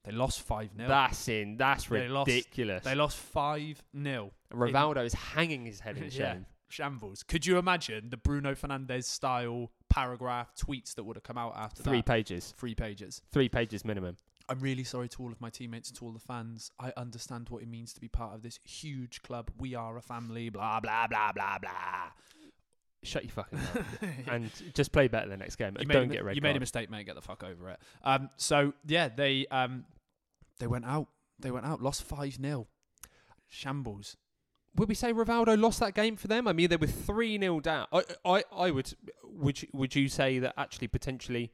A: They lost 5 0.
B: That's in. That's
A: They lost.
B: ridiculous.
A: They lost 5 0.
B: Rivaldo is hanging his head in
A: Yeah.
B: shame.
A: Shambles. Could you imagine the Bruno Fernandez style paragraph tweets that would have come out after
B: Three
A: that?
B: pages.
A: Three pages.
B: Three pages minimum.
A: I'm really sorry to all of my teammates and to all the fans. I understand what it means to be part of this huge club. We are a family. Blah blah blah blah
B: (laughs)
A: blah. (laughs)
B: Shut your fucking mouth (laughs) and just play better the next game.
A: you
B: and
A: made
B: don't
A: a, mi-
B: get a red
A: You
B: card.
A: made a mistake, mate. Get the fuck over it. Um, so yeah, they um, they went out. They went out. Lost five 0 Shambles.
B: would we say Rivaldo lost that game for them? I mean, they were three 0 down. I, I, I would. Would you, would you say that actually potentially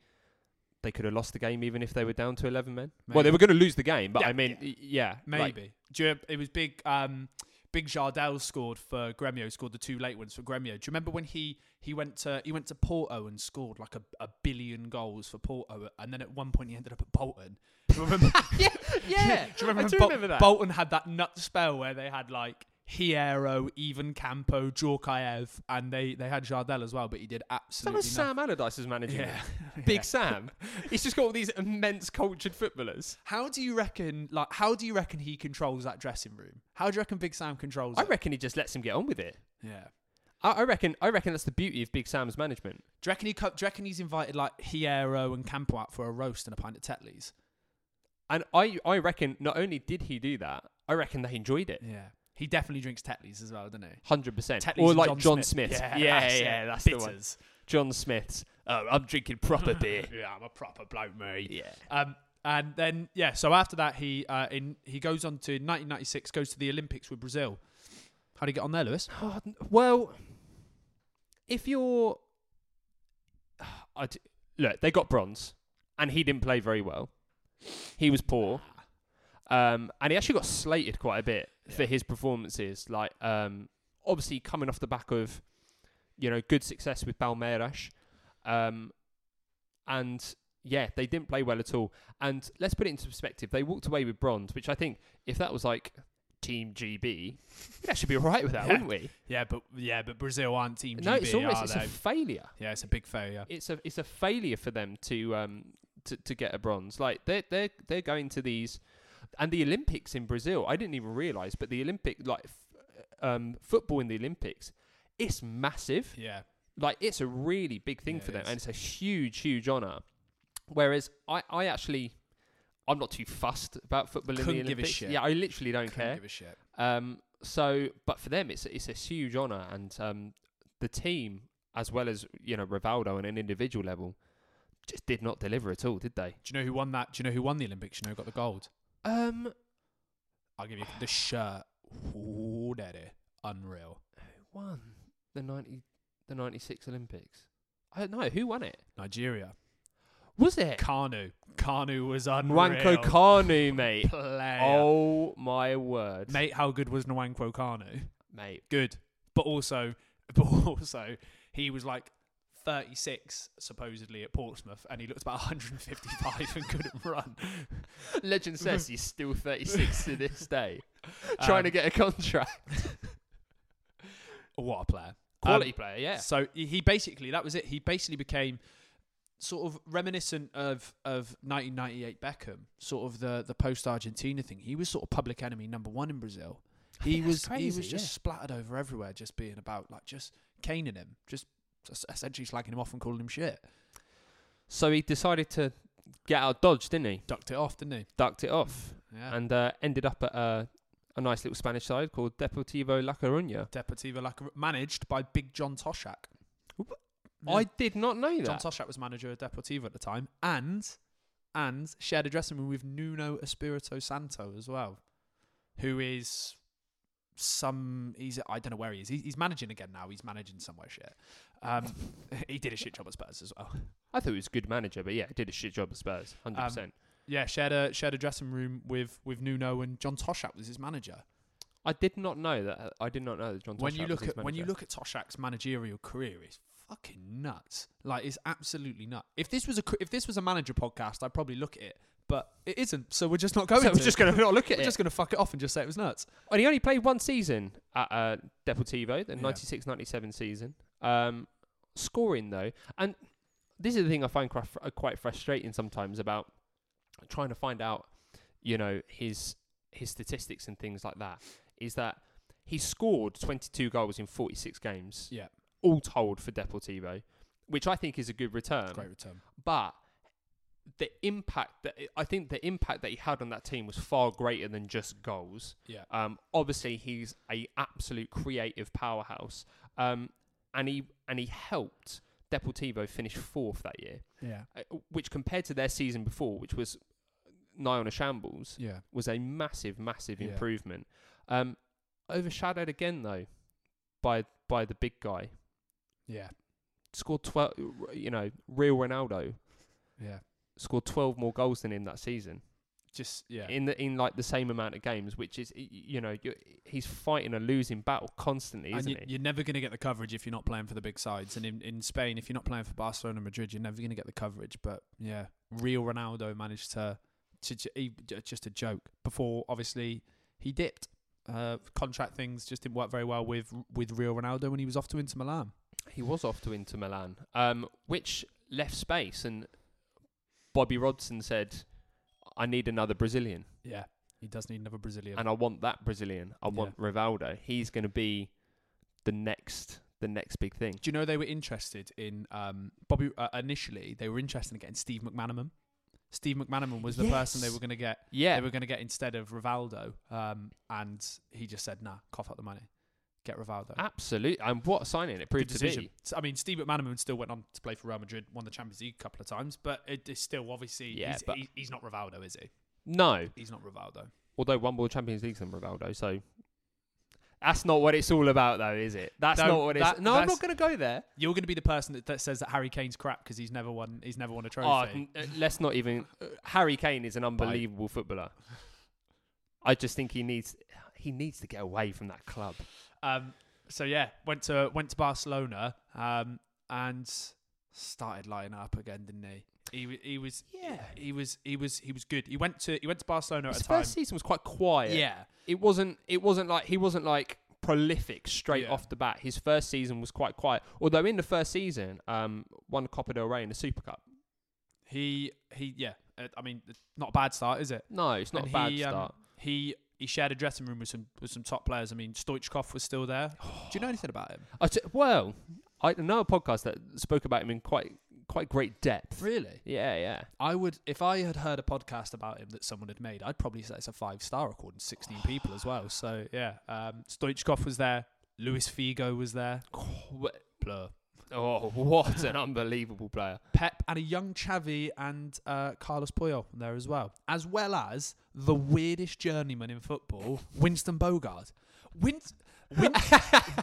B: they could have lost the game even if they were down to eleven men? Well, they
A: Maybe.
B: were going to lose the game, but
A: Yeah,
B: I mean,
A: yeah.
B: y- yeah, like,
A: Maybe. Do you, it was big. Um, big Jardel scored for Gremio. Scored the two late ones for Gremio. Do you remember when he he went to he went to Porto and scored like a, a billion goals for Porto, and then at one point he ended up at Bolton. Do you remember?
B: yeah, (laughs) (laughs) yeah.
A: (laughs) Do you remember
B: I
A: when
B: do
A: Bol-
B: remember that.
A: Bolton had that nut spell where they had like Hierro, Even Campo, Jorkaev, and they they had Jardel as well, but he did
B: Some
A: absolutely
B: of
A: nothing.
B: Sam Allardyce is managing.
A: Yeah.
B: it. Big
A: Yeah. (laughs)
B: Sam. He's just got all these immense cultured footballers.
A: How do you reckon? Like, how do you reckon he controls that dressing room? How do you reckon Big Sam controls
B: I
A: it?
B: reckon he just lets him get on with it.
A: yeah.
B: I, I reckon. I reckon that's the beauty of Big Sam's management.
A: Do you reckon he? Co- do you reckon he's invited like Hierro and Campo out for a roast and a pint of Tetley's?
B: And I, I reckon not only did he do that, I reckon they enjoyed it.
A: Yeah. He definitely drinks Tetley's as well, doesn't he?
B: Hundred percent,
A: Tetley's
B: or
A: and
B: like
A: John
B: John
A: Smith.
B: Smith.
A: Yeah,
B: yeah,
A: that's it.
B: yeah, that's the one.
A: Bitters.
B: John Smith's. Oh, I'm drinking (laughs) proper beer.
A: (laughs) yeah, I'm a proper bloke, mate.
B: yeah.
A: Um, and then yeah, so after that he uh, in he goes on to 1996, goes to the Olympics with Brazil. How do you get on there, Lewis?
B: Oh, n- well, if (sighs) you're, I d- look, they got bronze, and he didn't play very well. He was poor. Um, and he actually got slated quite a bit for his performances. Like, um, obviously coming off the back of, you know, good success with Palmeiras, um, and yeah, they didn't play well at all. And let's put it into perspective. They walked away with bronze, which I think if that was like Team GB, we'd actually be all right with that,
A: Yeah.
B: wouldn't we?
A: Yeah, but yeah, but Brazil aren't team ah, GB,
B: no, it's almost
A: are
B: it's
A: they?
B: a failure.
A: yeah, it's a big failure.
B: It's a it's a failure for them to um to, to get a bronze. Like they're they're they're going to these and the Olympics in Brazil. I didn't even realize, but the Olympic like f- um football in the Olympics, it's massive
A: Yeah,
B: like it's a really big thing
A: Yeah,
B: for
A: it
B: them
A: is.
B: and it's a huge huge honor whereas i i actually i'm not too fussed about football in the
A: Couldn't
B: Olympics.
A: give a shit.
B: yeah i literally don't
A: couldn't
B: care
A: give a shit.
B: um so but for them it's it's a huge honor and um the team as well as you know rivaldo on an individual level just did not deliver at all did they
A: Do you know who won that? Do you know who won the Olympics? Do you know who got the gold?
B: um
A: I'll give you the shirt. Ooh, daddy. Unreal.
B: who won the 90 the 96 olympics i don't know who won it
A: Nigeria.
B: was it
A: Kanu. Kanu was unreal.
B: Nwanko Kanu, mate.
A: Player.
B: Oh my word,
A: Mate, how good was Nwankwo Kanu?
B: Mate,
A: Good. But also, (laughs) but also, he was like 36 supposedly at Portsmouth and he looked about (laughs) 155 and couldn't run. (laughs)
B: Legend says he's still 36 (laughs) to this day, trying to
A: Um,
B: get a contract.
A: What a player.
B: Quality player, yeah.
A: So he he basically that was it. He basically became sort of reminiscent of of 1998 Beckham, sort of the the post Argentina thing. He was sort of public enemy number one in Brazil. He
B: that's
A: was he
B: crazy,
A: was just
B: yeah.
A: splattered over everywhere, just being about like just caning him, just es- essentially slagging him off and calling him shit.
B: So he decided to get out of Dodge, didn't he?
A: Ducked it off, didn't he?
B: Ducked it off
A: Yeah.
B: and uh, ended up at uh, a nice little Spanish side called Deportivo La Coruña.
A: Deportivo La Cor- managed by Big John Toshak.
B: I did not know
A: John
B: that.
A: Toshak was manager of Deportivo at the time, and and shared a dressing room with Nuno Espirito Santo as well, who is some he's I don't know where he is. He, he's managing again now. He's managing somewhere shit. Um, (laughs) he did a shit job at Spurs as well.
B: I thought he was a good manager, but yeah, did a shit job at Spurs,
A: Um,
B: 100%.
A: Yeah, shared a shared a dressing room with with Nuno and John Toshak was his manager.
B: I did not know that. I did not know that John
A: when
B: Toshak
A: you
B: was
A: look
B: his
A: at when you
B: manager.
A: look at Toshak's managerial career, it's fucking nuts. Like it's absolutely nuts. If this was a cr- if this was a manager podcast, I'd probably look at it, but it isn't. So we're just not going.
B: So
A: to.
B: we're just going to not look at
A: we're
B: it.
A: just going to fuck it off and just say it was nuts.
B: And he only played one season at uh, Deportivo, the
A: Yeah.
B: 96-97 season. Um, scoring though, and this is the thing I find quite, fr- quite frustrating sometimes about trying to find out, you know, his his statistics and things like that. Is that he scored 22 goals in 46 games,
A: Yeah,
B: all told for Deportivo, which I think is a good return.
A: great return.
B: But the impact that I think the impact that he had on that team was far greater than just goals.
A: Yeah,
B: Um, obviously, he's a absolute creative powerhouse, um, and he and he helped Deportivo finish fourth that year,
A: yeah,
B: uh, which compared to their season before, which was nigh on a shambles,
A: yeah.
B: was a massive, massive
A: Yeah.
B: improvement. Um, overshadowed again though by by the big guy,
A: Yeah,
B: scored twelve. You know, real Ronaldo
A: yeah.
B: scored twelve more goals than him that season.
A: Just yeah,
B: in the in like the same amount of games, which is y- y- you know you he's fighting a losing battle constantly,
A: and
B: isn't
A: you,
B: he?
A: you're never going to get the coverage if you're not playing for the big sides. And in, in Spain, if you're not playing for Barcelona, and Madrid, you're never going to get the coverage. But yeah, real Ronaldo managed to, to, ju- he, ju- just a joke. Before obviously he dipped. Uh, contract things just didn't work very well with with real Ronaldo when he was off to Inter Milan.
B: He was off to Inter Milan, um, which left space, and Bobby Rodson said, "I need another Brazilian,
A: Yeah, he does need another Brazilian.
B: and I want that Brazilian. I
A: Yeah.
B: want Rivaldo. He's going to be the next." The next big thing.
A: Do you know they were interested in um, Bobby? Uh, initially, they were interested in getting Steve McManaman. Steve McManaman was the person they
B: Yes.
A: were going to get.
B: Yeah,
A: they were going to get instead of Rivaldo. Um, and he just said, nah, cough up the money. Get Rivaldo.
B: absolutely. And what a signing it
A: Good
B: Ah, proved to
A: decision.
B: be.
A: So, I mean, Steve McManaman still went on to play for Real Madrid, won the Champions League a couple of times, but it is still obviously,
B: Yeah,
A: he's,
B: but-
A: he, he's not Rivaldo, is he?
B: No,
A: He's not Rivaldo.
B: although one more Champions League than Rivaldo, so That's not what it's all about, though, is it? That's
A: No,
B: not what it's.
A: that-
B: no, I'm
A: that's-
B: not going to go there.
A: You're going to be the person that, that says that Harry Kane's crap because he's never won. He's never won a
B: Oh,
A: trophy.
B: n- uh, let's not even. uh, Harry Kane is an unbelievable footballer. I just think he needs he needs to get away from that club.
A: um, so yeah, went to went to Barcelona um, and started lighting up again, didn't he? He wa- he was
B: Yeah.
A: he was he was he was good. He went to he went to Barcelona
B: His
A: at a time.
B: first season was quite quiet.
A: yeah,
B: it wasn't it wasn't like he wasn't like prolific straight
A: Yeah.
B: off the bat. His first season was quite quiet. Although in the first season, um, won Copa del Rey in the Super Cup.
A: he he yeah. Uh, I mean, it's not a bad start, is it?
B: No, it's not
A: And
B: a bad
A: he, um,
B: start.
A: He he shared a dressing room with some with some top players. I mean, Stoichkov was still (sighs) there. Do you know anything about him?
B: I t- well, I know a podcast that spoke about him in quite quite great depth.
A: Really?
B: Yeah, yeah.
A: I would, if I had heard a podcast about him that someone had made, I'd probably say it's a five star according to (sighs) 16 people as well. So, yeah. Um, Stoichkov was there. Luis Figo was (sighs) there. Blur. (laughs)
B: Oh, what an unbelievable player!
A: Pep and a young Chavi and uh, Carlos Puyol were there as well. As well as the weirdest journeyman in (sighs) football, Winston Bogard. Win- Win-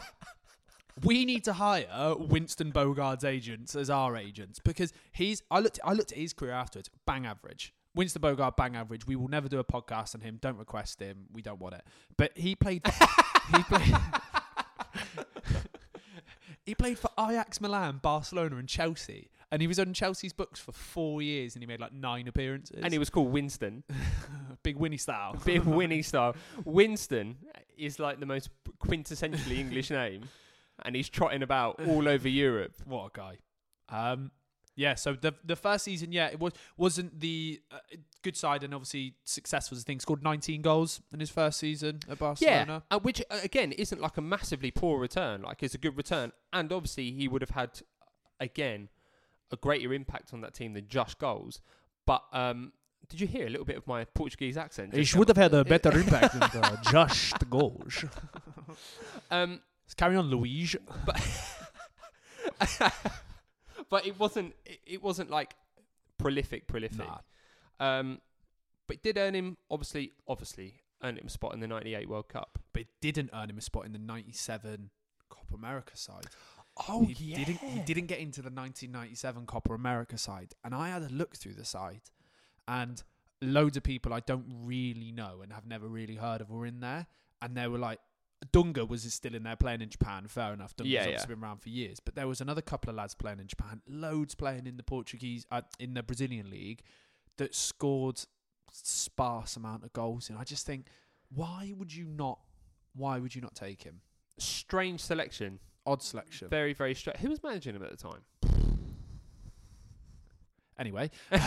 A: (laughs) we need to hire Winston Bogard's agents as our agents because he's. I looked. I looked at his career afterwards. Bang average. Winston Bogard, bang average. We will never do a podcast on him. Don't request him. We don't want it. But he played. he played. (laughs) he played for Ajax Milan, Barcelona, and Chelsea, and he was on Chelsea's books for four years, and he made like nine appearances.
B: And he was called Winston,
A: big Winnie style.
B: (laughs) big winning style. Winston is like the most quintessentially
A: (laughs)
B: English name, and he's trotting about all over Europe.
A: what a guy. Um, yeah. So the the first season, yeah, it was wasn't the uh, good side, and obviously success was the thing. Scored 19 goals in his first season at
B: Yeah,
A: Barcelona.
B: uh, which uh, again isn't like a massively poor return. Like it's a good return, and obviously he would have had again a greater impact on that team than just goals. But um, did you hear a little bit of my Portuguese accent? just Uh,
A: have had
B: a (laughs) better
A: impact than uh, just the goals.
B: now? Um,
A: Carry on, Luigi.
B: (laughs) but it wasn't. It, it wasn't like prolific, prolific.
A: Nah.
B: Um, but it did earn him obviously, obviously earned him a spot in the '98 World Cup.
A: But it didn't earn him a spot in the 97 Copa America side. Oh, he Didn't, he
B: yeah.
A: didn't get into the 1997 Copa America side. And I had a look through the side, and loads of people I don't really know and have never really heard of were in there. And they were like, Dunga was still in there playing in Japan. Fair enough. Dunga's
B: Yeah,
A: obviously
B: yeah.
A: been around for years. But there was another couple of lads playing in Japan, loads playing in the Portuguese, uh, in the Brazilian league, that scored sparse amount of goals. And I just think, why would you not? Why would you not take him?
B: Strange selection.
A: Odd selection.
B: Very, very strange. Who was managing him at the time?
A: Anyway, (laughs)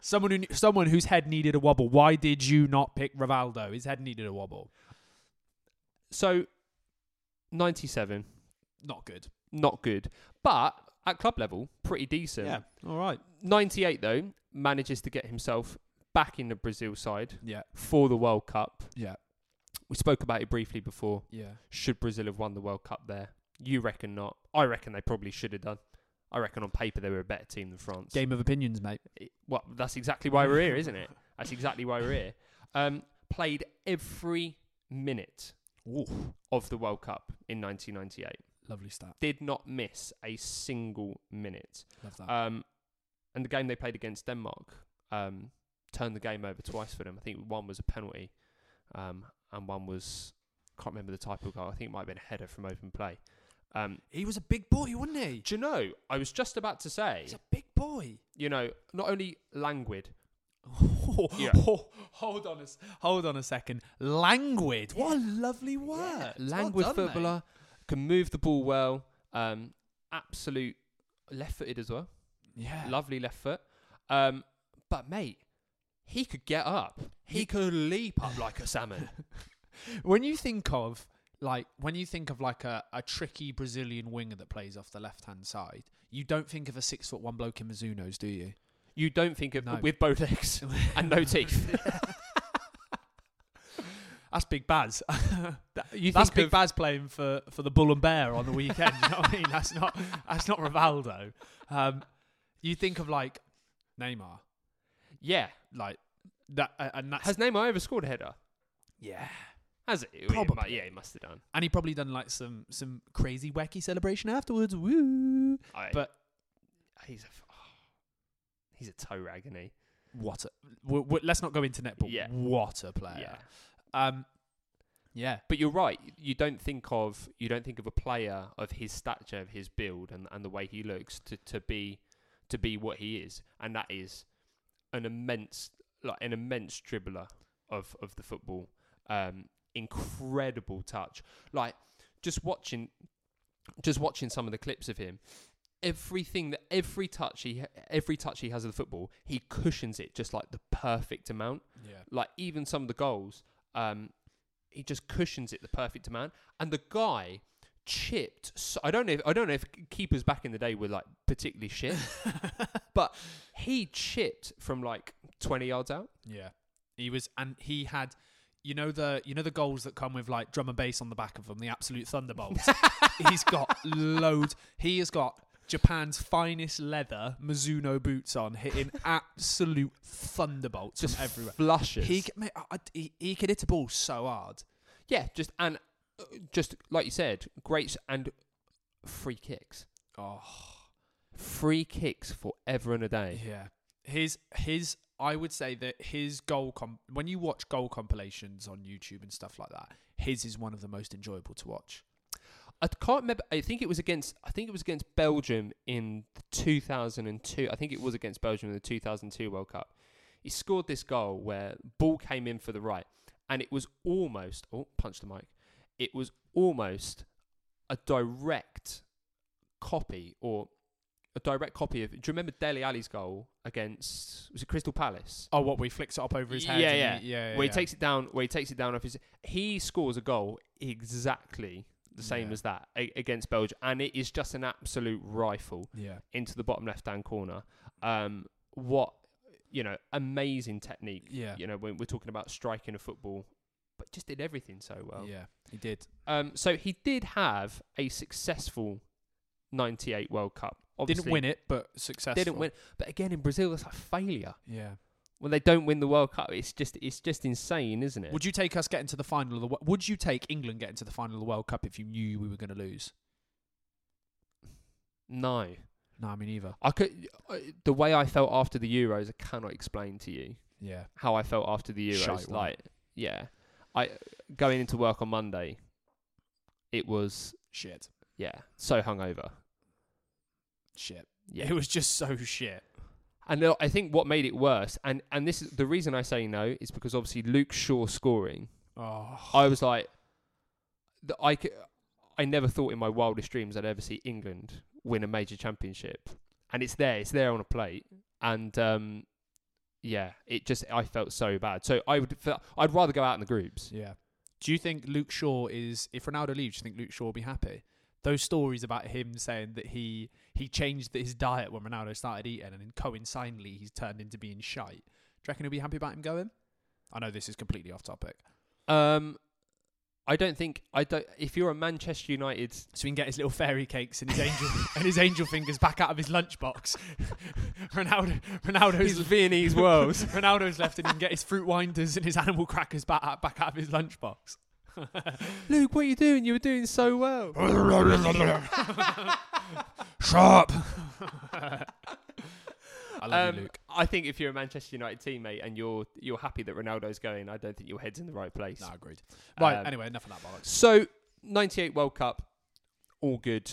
A: someone who someone whose head needed a wobble. Why did you not pick Rivaldo? His head needed a wobble.
B: So, 97,
A: Not good.
B: not good. But at club level, pretty decent.
A: All right.
B: 98, though, manages to get himself back in the Brazil side
A: Yeah.
B: for the World Cup.
A: Yeah.
B: We spoke about it briefly before.
A: Yeah.
B: Should Brazil have won the World Cup there? You reckon not. I reckon they probably should have done. I reckon on paper they were a better team than France.
A: Game of opinions, mate.
B: It- well, that's exactly why we're here, isn't it? That's exactly why we're here. Um, played every minute of the World Cup in 1998.
A: (laughs) Lovely stat.
B: did not miss a single minute.
A: Love that.
B: Um, and the game they played against Denmark um, turned the game over twice for them. I think one was a penalty, um, and one was can't remember the type of goal. I think it might have been a header from open play. Um,
A: he was a big boy, wasn't he?
B: do you know? I was just about to say,
A: He's a big (laughs) boy.
B: you know, not only languid. Yeah.
A: Oh, hold on a s- hold on a second. Languid. What a lovely word. Well
B: languid
A: done, mate.
B: footballer can move the ball well. Um, absolute left-footed as well.
A: Yeah.
B: lovely left foot. Um, but mate, he could get up. He could leap up like
A: (laughs)
B: a salmon.
A: when you think of like when you think of like a, a tricky Brazilian winger that plays off the left hand side, you don't think of a six foot one bloke in Mizuno's, do you?
B: You don't think of
A: No.
B: with both legs (laughs)
A: (laughs)
B: and no teeth.
A: That's Big Baz.
B: (laughs) You
A: that's
B: think
A: Big
B: of-
A: Baz playing for, for the Bull and Bear on the weekend. you know what I mean? That's not that's not Rivaldo. Um, you think of like Neymar,
B: yeah.
A: like that, uh, and that's
B: Has Neymar ever scored a header?
A: yeah.
B: Has it? It- it mu-
A: Probably.
B: yeah, he must have done.
A: and he probably done like some some crazy wacky celebration afterwards. Woo!
B: I,
A: But
B: he's a f- oh, he's a toe rag, isn't he?
A: what? A, w w let's not go into netball.
B: Yeah.
A: What a player. Um. Yeah.
B: But you're right. You don't think of you don't think of a player of his stature, of his build, and, and the way he looks to, to be to be what he is, and that is an immense like an immense dribbler of of the football. Um, incredible touch. Like just watching just watching some of the clips of him. Everything that every touch he every touch he has of the football, he cushions it just like the perfect amount
A: Yeah.
B: like even some of the goals, um, he just cushions it the perfect amount. And the guy chipped. So, I don't know. If, I don't know if keepers back in the day were like
A: (laughs)
B: particularly shit, but he chipped from like twenty yards out.
A: Yeah. He was and he had you know the you know the goals that come with like drum and bass on the back of them, the absolute thunderbolts. He's got loads. He has got Japan's finest leather Mizuno boots on, hitting absolute thunderbolts
B: Just
A: from everywhere.
B: flushes.
A: He, c- mate, I, I- he he could hit a ball so hard.
B: yeah, just and uh, just like you said, great s- and free kicks.
A: Oh
B: Free kicks forever and a day.
A: yeah. His his I would say that his goal com when you watch goal compilations on YouTube and stuff like that, his is one of the most enjoyable to watch.
B: I can't remember. I think it was against. I think it was against Belgium in the 2002. I think it was against Belgium in the 2002 World Cup. He scored this goal where ball came in for the right, and it was almost. Oh, punch the mic. It was almost a direct copy or a direct copy of. Do you remember Deli Ali's goal against? Was it Crystal Palace?
A: Oh, what we flicked it up over his head.
B: Yeah,
A: and
B: yeah.
A: he- yeah, yeah.
B: where he
A: yeah.
B: takes it down, where he takes it down off his, he scores a goal exactly the same
A: Yeah.
B: as that a- against Belgium, and it is just an absolute rifle
A: Yeah,
B: into the bottom left-hand corner. Um, what you know, amazing technique.
A: yeah,
B: You know, when we're talking about striking a football, but just did everything so well.
A: yeah. He did.
B: Um, so he did have a successful '98 World Cup. Obviously,
A: Didn't win it, but successful.
B: Didn't win, but again in Brazil, that's a failure.
A: Yeah.
B: When they don't win the World Cup, it's just it's just insane, isn't it?
A: Would you take us getting to the final of the? Wo- Would you take England getting to the final of the World Cup if you knew we were going to lose?
B: no.
A: No, I mean either.
B: I could I- the way I felt after the Euros, I cannot explain to you
A: Yeah.
B: how I felt after the Euros.
A: Shite, wasn't it?
B: like, yeah, I going into work on Monday, it was
A: Shit.
B: yeah so hungover.
A: Shit.
B: Yeah,
A: It was just so shit.
B: and uh, I think what made it worse, and and this is the reason I say no is because obviously Luke Shaw scoring,
A: Oh.
B: I was like, the, I c- I never thought in my wildest dreams I'd ever see England win a major championship, and it's there, it's there on a plate, and um, yeah, it just I felt so bad. So I would, fe- I'd rather go out in the groups.
A: Yeah. Do you think Luke Shaw is if Ronaldo leaves? Do you think Luke Shaw will be happy? Those stories about him saying that he he changed his diet when Ronaldo started eating, and then coincidentally he's turned into being shite. Do you reckon he'll be happy about him going? I know this is completely off topic.
B: Um, I don't think I don't. If you're a Manchester United,
A: so he can get his little fairy cakes and his angel and his angel fingers back out of his lunchbox. (laughs) Ronaldo, Ronaldo's
B: His Viennese
A: (laughs)
B: whirls.
A: Ronaldo's left, and he can get his fruit winders and his animal crackers back out, back out of his lunchbox.
B: (laughs) Luke, what are you doing? You were doing
C: (laughs)
B: so well. (laughs)
A: (laughs) Sharp. I love you,
B: Um,
A: Luke.
B: I think if you're a Manchester United teammate and you're you're happy that Ronaldo's going, I don't think your head's in the right place.
A: No, agreed. Right.
B: Um,
A: anyway, enough of that bollocks.
B: So, 98 World Cup, all good.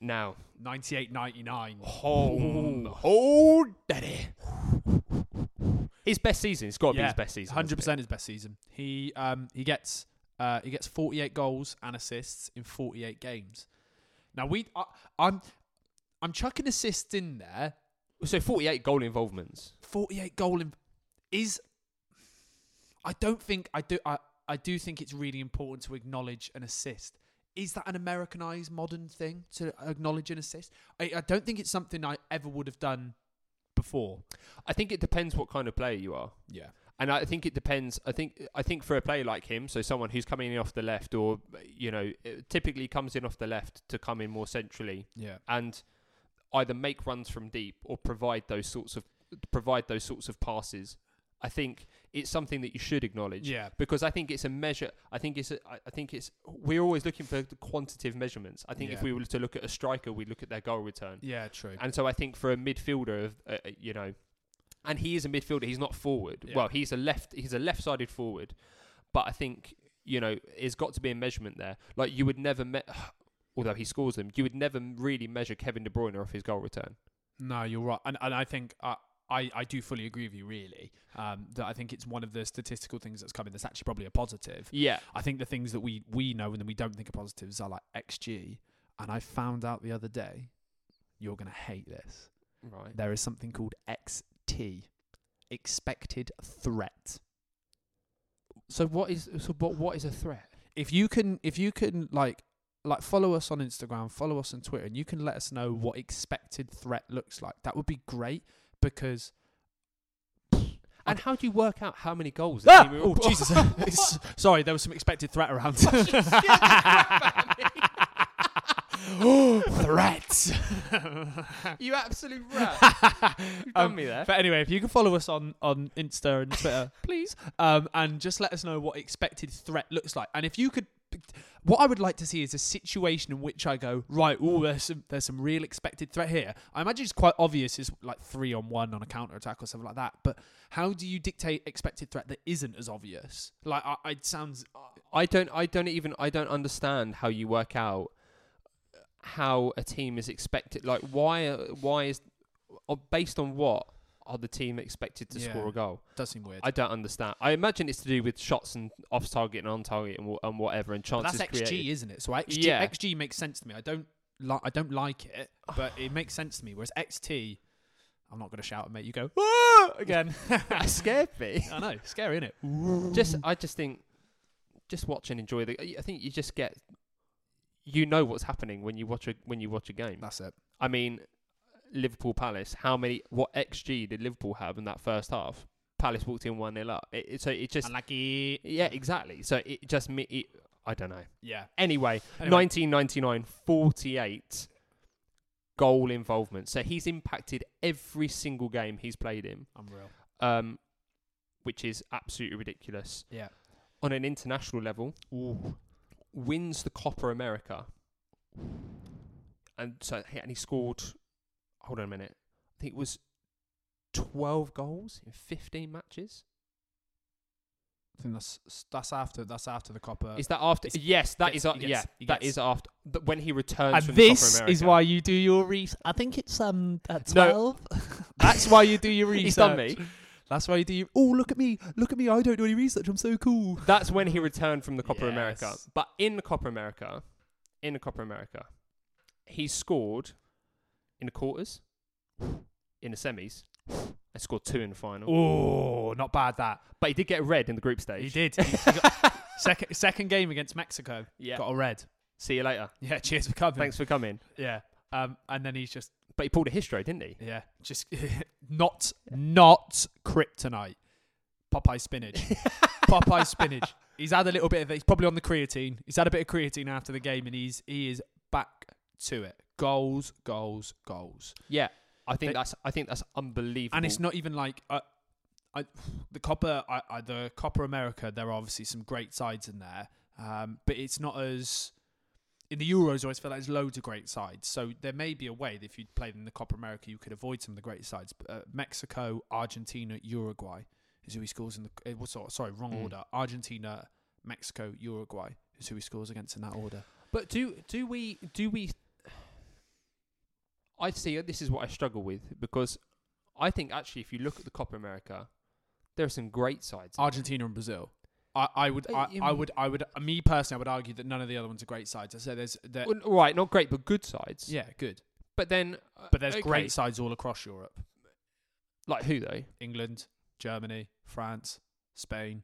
B: Now,
A: 98, 99.
B: Oh, home, hold daddy. His best season. It's got to be
A: Yeah,
B: his best season.
A: Hundred
B: hasn't it?
A: percent his best season. He um he gets uh he gets forty eight goals and assists in forty eight games. Now we I, I'm I'm chucking assists in there.
B: So, 48 goal involvements.
A: Forty eight goal in, is. I don't think I do I I do think it's really important to acknowledge an assist. Is that an Americanized modern thing to acknowledge an assist? I, I don't think it's something I ever would have done before.
B: I think it depends what kind of player you are.
A: Yeah.
B: And I think it depends. I think I think for a player like him, so someone who's coming in off the left, or you know, typically comes in off the left to come in more centrally,
A: Yeah.
B: and either make runs from deep or provide those sorts of provide those sorts of passes I think it's something that you should acknowledge
A: Yeah.
B: because I think it's a measure. I think it's. A, I I think it's. We're always looking for the quantitative measurements. I think if
A: Yeah.
B: we were to look at a striker, we'd look at their goal return.
A: Yeah. True.
B: And so I think for a midfielder, of, uh, uh, you know, and he is a midfielder. He's not forward.
A: Yeah.
B: Well, he's a left. He's a left-sided forward, but I think you know it's got to be a measurement there. Like you would never me- (sighs) although he scores them, you would never really measure Kevin De Bruyne off his goal return.
A: No, you're right, and and I think uh, I I do fully agree with you. Really, um, that I think it's one of the statistical things that's coming. That's actually probably a positive.
B: Yeah,
A: I think the things that we we know and that we don't think are positives are like xG. And I found out the other day, you're gonna hate this.
B: right.
A: There is something called XT, expected threat.
B: So what is so what what is a threat?
A: If you can, if you can like. Like follow us on Instagram, follow us on Twitter, and you can let us know what expected threat looks like. That would be great because
B: And how do you work out how many goals?
A: Ah!
B: a (laughs) team-
A: Oh, Jesus. (laughs) It's- Sorry, there was some expected threat around. (laughs) (gasps)
B: (laughs)
A: threat.
B: you absolute rat! You've done
A: Um,
B: me there.
A: but anyway, if you can follow us on, on Insta and Twitter, please, um, and just let us know what expected threat looks like. And if you could, what I would like to see is a situation in which I go, right, oh, there's some, there's some real expected threat here. I imagine it's quite obvious, it's like three on one on a counter attack or something like that. But how do you dictate expected threat that isn't as obvious? Like, I, it sounds.
B: I don't I don't even I don't understand how you work out how a team is expected like why uh, why is or based on what are the team expected to score
A: Yeah.
B: a goal?
A: does seem weird.
B: I don't understand. I imagine it's to do with shots and off target and on target and, wha- and whatever and
A: But
B: chances
A: that's XG,
B: created.
A: isn't it? So XG,
B: Yeah.
A: XG makes sense to me. I don't like I don't like it, but it makes sense to me. Whereas XT, I'm not going to shout and make you go "Ah!" (laughs) again.
B: that scared
A: (laughs)
B: me. (laughs)
A: I know, scary, isn't it?
B: just I just think just watch and enjoy the I think you just get you know what's happening when you watch a when you watch a game.
A: That's it.
B: I mean, Liverpool Palace. How many? What xG did Liverpool have in that first half? Palace walked in one 0 up. It, it- so it just
A: Unlucky.
B: yeah, exactly. So it just me. It, I don't know.
A: Yeah.
B: Anyway,
A: Anyway.
B: 1999, 48 goal involvement. So he's impacted every single game he's played in,
A: Unreal.
B: um, which is absolutely ridiculous.
A: Yeah.
B: On an international level,
A: Ooh.
B: wins the Copper America, and so and he scored. Hold on a minute. I think it was twelve goals in fifteen matches.
A: I think that's that's after that's after the copper.
B: Is that after?
A: It's-
B: yes, that
A: gets-
B: is. a-
A: Uh, he gets- he
B: yeah, that
A: gets-
B: is after th- when he returns.
A: and
B: from
A: this
B: the Copper
A: is
B: America.
A: why you do your research. I think it's um (laughs) at
B: No.
A: twelve. (laughs) That's why you do your (laughs) research.
B: he's done me.
A: That's why you do. Your, oh, look at me! Look at me! I don't do any research. I'm so cool.
B: That's when he returned from the Copper America.
A: Yes.
B: But in the Copper America, in the Copper America, he scored in the quarters, in the semis, and scored two in the final.
A: Oh, not bad that.
B: But he did get red in the group stage.
A: He did. He- he
B: (laughs)
A: got- second second game against Mexico.
B: Yeah.
A: Got a red.
B: See you later.
A: Yeah, cheers for coming.
B: Thanks for coming.
A: Yeah. Um, and then he's just
B: But he pulled a histro, didn't he?
A: yeah, just (laughs) not not kryptonite. Popeye spinach.
B: (laughs)
A: Popeye spinach. He's had a little bit of it. He's probably on the creatine. He's had a bit of creatine after the game and he's he is back to it. Goals, goals, goals.
B: (laughs) Yeah. I think
A: But-
B: that's I think that's unbelievable.
A: and it's not even like uh, I, the Copper, I, I, the Copper America. There are obviously some great sides in there, um, but it's not as in the Euros. I always feel like there's loads of great sides. So there may be a way that if you'd played in the Copper America, you could avoid some of the great sides. But, uh, Mexico, Argentina, Uruguay is who he scores in the. Uh, what sort- sorry, wrong
B: Mm.
A: order. Argentina, Mexico, Uruguay is who he scores against in that order.
B: But do do we do we? I see. This is what I struggle with because I think actually, if you look at the Copper America, there are some great sides.
A: Argentina and Brazil. I, I would,
B: Uh,
A: I,
B: you-
A: I would, I would, me personally, I would argue that none of the other ones are great sides. I say there's, there,
B: Well, all right, not great, but good sides.
A: Yeah, good.
B: But then, uh,
A: But there's
B: okay,
A: great sides all across Europe:
B: Like who though?
A: England, Germany, France, Spain,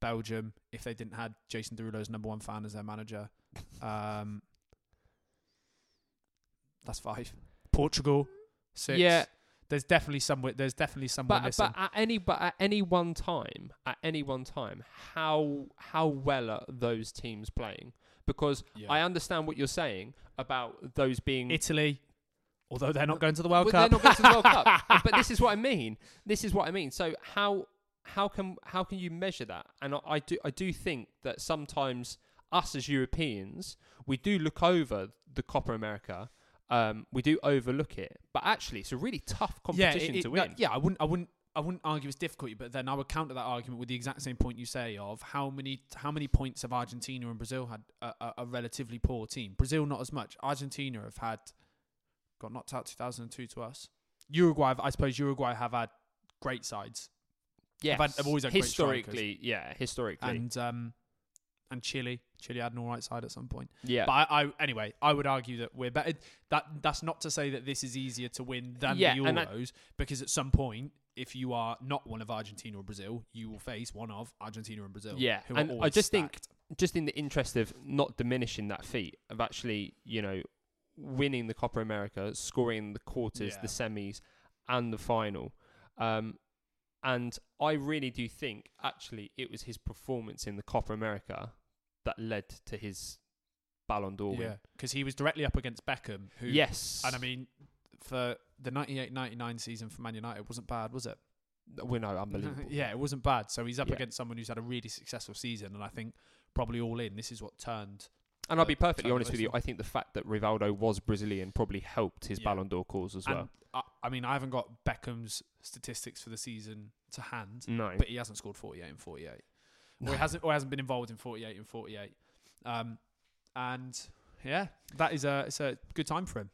A: Belgium. If they didn't had Jason Derulo's number one fan as their manager, um, that's five. Portugal, six.
B: Yeah.
A: there's definitely some. wi- There's definitely someone
B: But, uh,
A: missing.
B: but at any but at any one time, at any one time, how how well are those teams playing? Because
A: Yeah.
B: I understand what you're saying about those being
A: Italy, although they're not going to the World
B: But
A: Cup. (laughs)
B: they're not going to the World Cup. But this is what I mean. This is what I mean. So how how can how can you measure that? And I, I do I do think that sometimes us as Europeans we do look over the Copper America. Um, we do overlook it, but actually, it's a really tough competition
A: yeah, it-
B: to
A: it-
B: win.
A: that- yeah, I wouldn't, I wouldn't, I wouldn't argue it's difficult, but then I would counter that argument with the exact same point you say of how many, how many points have Argentina and Brazil had a, a, a relatively poor team. Brazil not as much. Argentina have had got knocked out 2002 to us. Uruguay, have- I suppose Uruguay have had great sides, I've had- I've always had great strikers.
B: historically, yeah, historically,
A: and um, and Chile, Chile had an all right side at some point.
B: yeah.
A: But I, I, anyway, I would argue that we're better. That that's not to say that this is easier to win than
B: Yeah,
A: the
B: and I-
A: Euros, because at some point, if you are not one of Argentina or Brazil, you will face one of Argentina and Brazil.
B: Yeah,
A: who
B: and
A: are
B: I
A: always
B: just think-
A: stacked.
B: just in the interest of not diminishing that feat of actually, you know, winning the Copper America, scoring the quarters,
A: Yeah.
B: the semis, and the final. Um, and I really do think actually it was his performance in the Copper America that led to his Ballon d'Or
A: yeah,
B: win.
A: because he was directly up against Beckham, who
B: Yes,
A: and I mean for the 98-99 season for Man United wasn't bad, was it?
B: we're no unbelievable.
A: (laughs) yeah, it wasn't bad. So he's up
B: Yeah.
A: against someone who's had a really successful season, and I think probably all in. This is what turned.
B: And
A: Uh,
B: I'll be perfectly
A: Tony
B: honest with you.
A: Wilson.
B: I think the fact that Rivaldo was Brazilian probably helped his
A: Yeah.
B: Ballon d'Or cause as well.
A: And uh, I, I mean, I haven't got Beckham's statistics for the season to hand.
B: No,
A: but he hasn't scored 48 and 48 or
B: No.
A: he hasn't or hasn't been involved in 48 and 48 um and yeah that is a it's a good time for him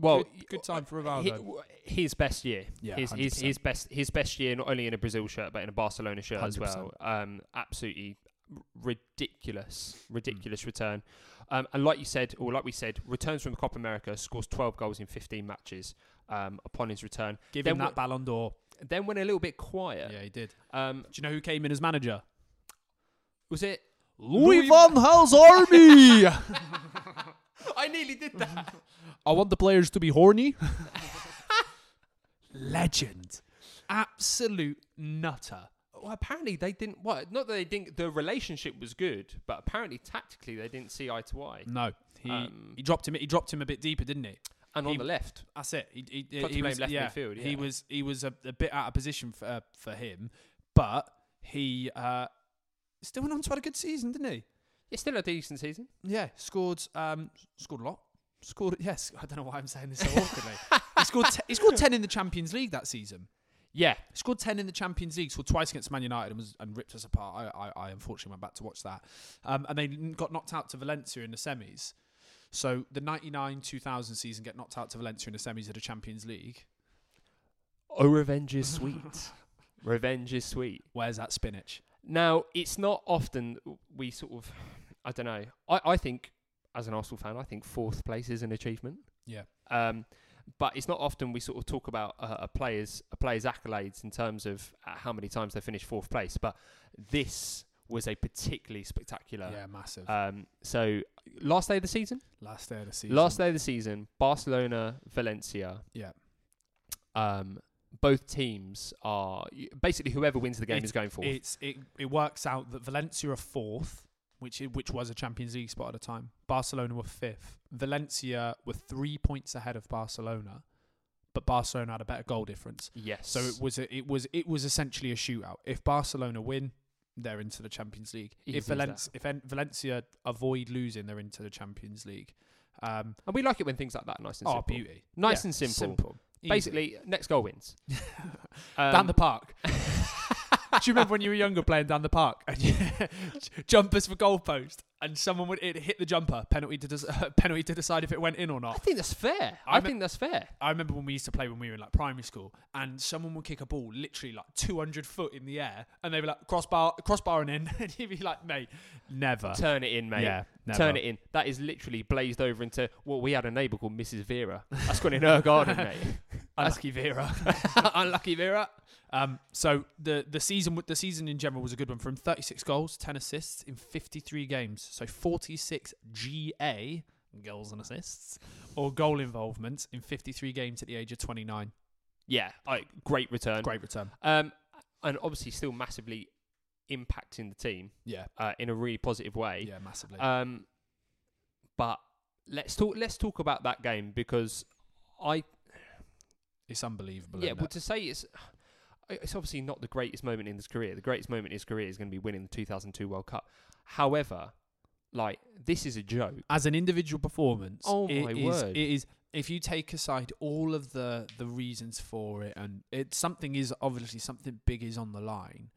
B: well,
A: good, good time for
B: Hi-
A: Ronaldo
B: w- his best year.
A: Yeah,
B: his, his
A: 100%.
B: his best his best year not only in a Brazil shirt but in a Barcelona shirt as well.
A: 100%.
B: Um, absolutely r- ridiculous,
A: Mm.
B: ridiculous return. Um, and like you said, or like we said, returns from Copa America, scores twelve goals in fifteen matches. Um, upon his return,
A: give
B: then
A: him that
B: wh-
A: Ballon d'Or
B: then went a little bit
A: yeah.
B: quiet.
A: he did
B: Um,
A: do you know who came in as manager
B: was it? Louis-
A: Hals Army (laughs)
B: I nearly did that.
A: I want the players to be (laughs) horny legend absolute nutter
B: well, apparently they didn't. What? Not that they didn't. The relationship was good, but apparently tactically they didn't see eye to eye.
A: no Mm. he
B: Um,
A: he dropped him he dropped him a bit deeper didn't he
B: And
A: he-
B: on the left,
A: That's it. He, he,
B: Got
A: he
B: to blame
A: was,
B: left
A: yeah,
B: midfield,
A: He
B: yeah.
A: was he was a, a bit out of position for uh, for him, but he uh, still went on to had a good season, didn't he?
B: it's still a decent season.
A: Yeah, scored um, scored a lot. Scored (laughs) yes. I don't know why I'm saying this so awkwardly. he scored te- he scored ten in the Champions League that season.
B: Yeah,
A: He scored ten in the Champions League. Scored twice against Man United and was and ripped us apart. I, I, I unfortunately went back to watch that, um, and they n- got knocked out to Valencia in the semis. So the 99 2000 season get knocked out to Valencia in the semis of the Champions League.
B: Oh, revenge is (laughs) sweet. revenge is sweet.
A: Where's that spinach?
B: Now, it's not often we sort of, I don't know. I, I think, as an Arsenal fan, I think fourth place is an achievement.
A: Yeah.
B: Um, but it's not often we sort of talk about uh, a player's a player's accolades in terms of uh, how many times they finished fourth place. But this was a particularly spectacular.
A: yeah, massive.
B: Um, so last day of the season,
A: last day of the season.
B: last day of the season, Barcelona, Valencia.
A: Yeah.
B: Um, both teams are basically whoever wins the game
A: It-
B: is going for.
A: It's it, it works out that Valencia are fourth, which i- which was a Champions League spot at the time. Barcelona were fifth. Valencia were three points ahead of Barcelona, but Barcelona had a better goal difference.
B: yes.
A: So it was a, it was it was essentially a shootout. If Barcelona win, they're into the Champions League.
B: Easy
A: If
B: as
A: Valencia if en- Valencia avoid losing, they're into the Champions League. Um,
B: and we like it when things like that are nice and
A: oh,
B: simple.
A: beauty!
B: Nice
A: Yeah,
B: and simple.
A: Easy.
B: Basically, next goal wins.
A: (laughs)
B: Um,
A: down the park. (laughs) Do you remember when you were younger playing down the park and you, (laughs) jumpers for goalpost and someone would it hit the jumper penalty to des- (laughs) penalty to decide if it went in or
B: I
A: not.
B: think that's fair. I,
A: I'm a-
B: think that's fair.
A: I remember when we used to play when we were in like primary school and someone would kick a ball literally like 200 foot in the air and they'd be like crossbar crossbar and in (laughs) and you'd be like mate never.
B: Turn it in, mate.
A: Uh, Yeah, never.
B: Turn it in. That is literally blazed over into well, we had a neighbour called Mrs. Vera. That's gone
A: (laughs)
B: in her garden, mate.
A: Unlucky (laughs) Vera.
B: Unlucky Vera.
A: Um, so the the season w- the season in general was a good one for him. Thirty six goals, ten assists in fifty three games. So forty six GA goals and assists or goal involvement in fifty three games at the age of twenty nine.
B: Yeah, I, great return.
A: Great return.
B: Um, and obviously still massively impacting the team
A: Yeah, Uh,
B: uh, in a really positive way.
A: yeah, massively.
B: Um, but let's talk. Let's talk about that game because I
A: it's unbelievable.
B: yeah.
A: isn't
B: Well,
A: it?
B: to say it's I- it's obviously not the greatest moment in his career. The greatest moment in his career is going to be winning the 2002 World Cup. However, like this is a joke.
A: as an individual performance.
B: Oh
A: it
B: my
A: is-
B: word.
A: It is if you take aside all of the the reasons for it, and it's something is obviously something big is on the line,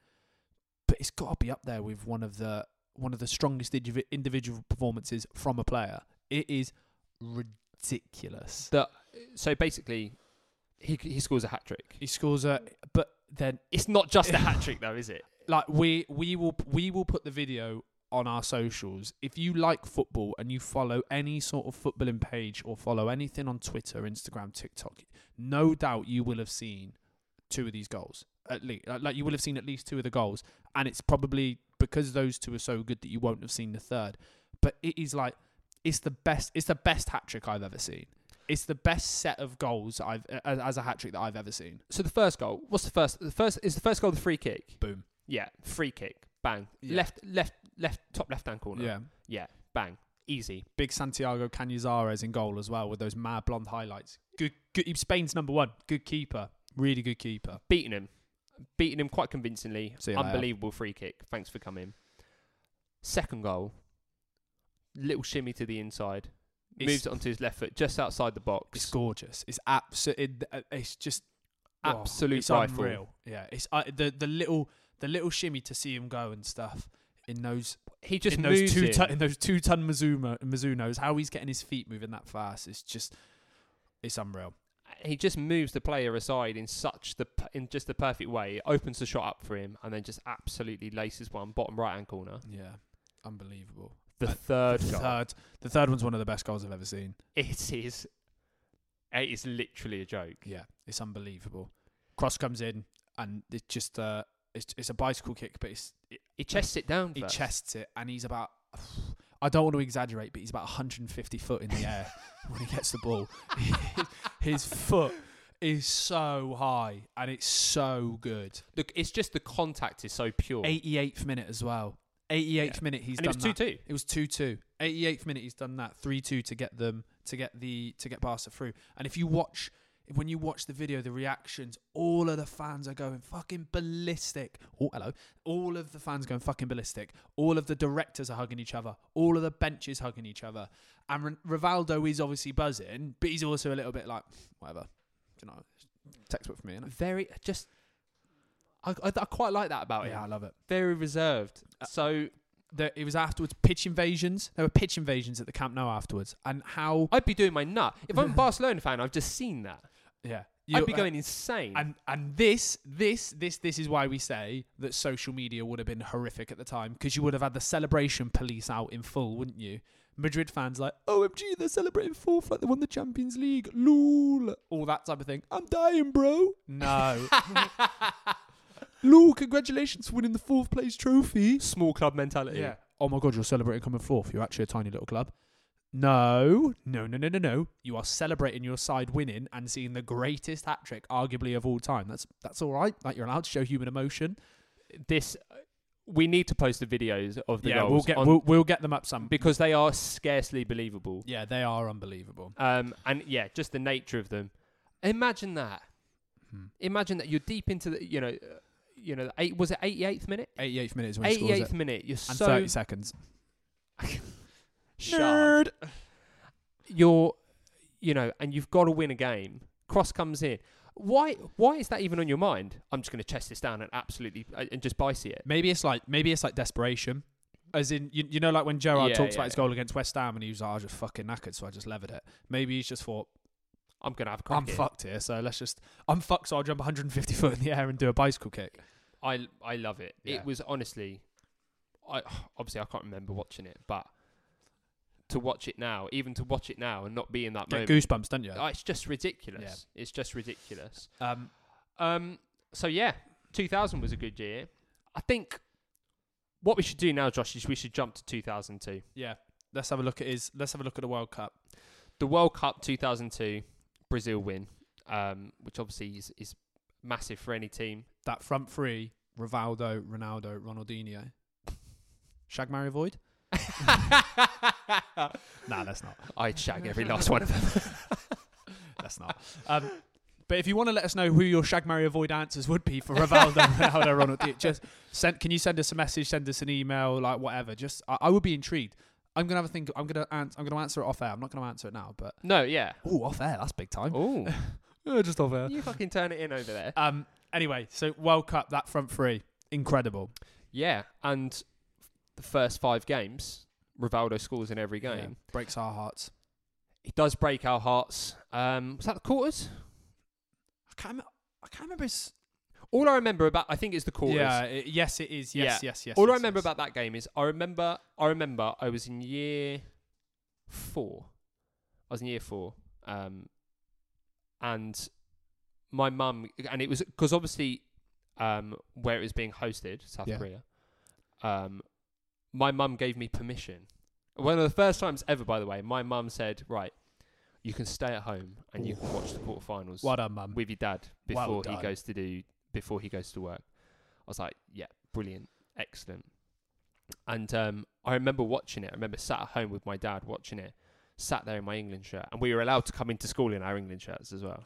A: but it's got to be up there with one of the one of the strongest indivi- individual performances from a player. It is ridiculous.
B: So basically, he he scores a hat trick.
A: He scores a, but then
B: It's not just a hat trick though, is it?
A: like we we will we will put the video on our socials. If you like football and you follow any sort of footballing page or follow anything on Twitter, Instagram, TikTok, no doubt you will have seen two of these goals. At least, like you will have seen at least two of the goals, and it's probably because those two are so good that you won't have seen the third. But it is like it's the best. It's the best hat trick I've ever seen. It's the best set of goals I've a- as a hat trick that I've ever seen.
B: (laughs) So the first goal. What's the first? The first is the first goal. The free kick.
A: Boom.
B: Yeah, free kick. Bang.
A: Yeah.
B: Left, left, left. Top left hand corner.
A: Yeah.
B: Bang. Easy.
A: big Santiago Canizares in goal as well with those mad blonde highlights. Good, good. he- Spain's number one. Good keeper. Really good keeper.
B: Beating him. Beating him quite convincingly.
A: See you later.
B: Unbelievable free kick. Thanks for coming. Second goal. Little shimmy to the inside.
A: It's-
B: moves it onto his left foot, just outside the
A: It's
B: box.
A: gorgeous. It's absolute. uh, It's just oh,
B: Absolute
A: it's
B: rifle.
A: unreal. Yeah. It's uh, the the little the little shimmy to see him go and stuff in those
B: He just
A: in
B: moves
A: those two
B: him.
A: ton, in those two ton Mizuno, Mizunos. How he's getting his feet moving that fast is just it's unreal.
B: he just moves the player aside in such the p- in just the perfect way. It opens the shot up for him, and then just absolutely laces one bottom right hand corner.
A: Yeah. Unbelievable.
B: The
A: Uh,
B: third
A: the
B: goal.
A: third, the third one's one of the best goals I've ever seen.
B: It is. It is literally a joke.
A: Yeah, it's unbelievable. Cross comes in, and it's just uh, it's it's a bicycle kick, but it's it,
B: He chests it down.
A: he
B: first.
A: chests it, and he's about. (sighs) I don't want to exaggerate, but he's about 150 foot in the air (laughs) when he gets the ball. (laughs) His foot is so high, and it's so good.
B: Look, it's just the contact is so pure.
A: 88th minute as well. 88th
B: Yeah.
A: minute, he's
B: and it
A: done
B: was
A: that.
B: two two.
A: It was two two. Eighty eighth minute he's done that. Three two to get them to get the to get Barca through. And if you watch when you watch the video, the reactions, all of the fans are going fucking ballistic. Oh hello. All of the fans going fucking ballistic. All of the directors are hugging each other. All of the benches hugging each other. And Ron- Rivaldo is obviously buzzing, but he's also a little bit like whatever. Do you know? Textbook for me, innit?
B: Very just. I, I, I quite like that about
A: Oh, yeah, I
B: him.
A: love it.
B: Very reserved.
A: Uh,
B: So
A: There, it was afterwards pitch invasions. There were pitch invasions at the Camp Nou afterwards, and how
B: I'd be doing my nut if (laughs) I'm a Barcelona fan. I've just seen that.
A: yeah, Uh,
B: I'd be
A: You-
B: going insane.
A: And and this this this this is why we say that social media would have been horrific at the time because you would have had the celebration police out in full, wouldn't you? Madrid fans like, OMG, they're celebrating fourth like they won the Champions League, lol, all that type of thing. I'm dying, bro. No, (laughs) lol, congratulations for winning the fourth place trophy.
B: Small club mentality.
A: Yeah. Oh my god, you're celebrating coming fourth. You're actually a tiny little club. No, no, no, no, no, no. You are celebrating your side winning and seeing the greatest hat trick, arguably of all time. That's that's all right. Like you're allowed to show human emotion.
B: This uh, we need to post the videos of the goals
A: we'll get
B: on-
A: we'll, we'll get them up some.
B: because they are scarcely believable.
A: yeah, they are unbelievable.
B: Um, and yeah, just the nature of them. Imagine that.
A: Hmm.
B: Imagine that you're deep into the you know, uh, you know, eight was it 88th minute?
A: 88th minute is when he scores it,
B: 88th minute. You're
A: and
B: so
A: 30 seconds.
B: sharp. You're, you know, and you've got to win a game. Cross comes in. Why? Why is that even on your mind? I'm just going to chest this down and absolutely uh, and just bice it.
A: Maybe it's like maybe it's like desperation, as in you, you know like when Gerard
B: Yeah,
A: talks
B: yeah.
A: about his goal against West Ham and he was like, "Oh, I was just fucking knackered, so I just levered it. Maybe he's just thought,
B: I'm going to have a crack
A: I'm
B: at it.
A: fucked here, so let's just. I'm fucked, so I'll jump 150 (laughs) foot in the air and do a bicycle kick.
B: I I love it.
A: Yeah.
B: It was honestly, I (sighs) obviously I can't remember watching it, but to watch it now, even to watch it now and not be in that
A: Get
B: moment,
A: goosebumps, don't you?
B: oh, it's just ridiculous. It's just ridiculous.
A: Um,
B: Um. So yeah, 2000 was a good year. I think what we should do now, Josh, is we should jump to 2002,
A: yeah. Let's have a look at his. Let's have a look at the World Cup.
B: the World Cup 2002, Brazil win, um, which obviously is, is massive for
A: (laughs)
B: any team.
A: That front three: Rivaldo, Ronaldo, Ronaldinho. Shag Mario Void? Nah, that's not.
B: I'd shag every last one of them.
A: That's not. Um, But if you want to let us know who your Shag Marry Avoid answers would be for Rivaldo, (laughs) Ronaldo, Ronald, just send. Can you send us a message? Send us an email, like whatever. Just I, I would be intrigued. I'm gonna have a think. I'm gonna ans- I'm gonna answer it off air. I'm not gonna answer it now, but
B: No, yeah.
A: oh, off air. That's big time. (laughs)
B: Oh,
A: Yeah, just off air.
B: you fucking turn it in over there.
A: Um. Anyway, so World Cup that front three incredible.
B: Yeah, and the first five games, Rivaldo scores in every game.
A: Yeah, breaks our hearts.
B: He does break our hearts. Um, was that the quarters?
A: I can't. rem- I can't remember. His,
B: All I remember about, I think it's the quarters.
A: yeah. It, yes, it is. Yes.
B: Yeah.
A: Yes. Yes.
B: All I
A: yes,
B: remember
A: yes.
B: about that game is I remember I remember I was in year four. I was in year four, um, and my mum and it was because obviously um, where it was being hosted, South
A: Yeah.
B: Korea. Um, my mum gave me permission. One of the first times ever, by the way, my mum said, "Right, you can stay at home and you can watch the quarterfinals
A: What done, mum.
B: with your dad
A: Well
B: before he
A: done.
B: goes to do before he goes to work. I was like, yeah, brilliant, excellent. And um, I remember watching it. I remember sat at home with my dad watching it, sat there in my England shirt, and we were allowed to come into school in our England shirts as well.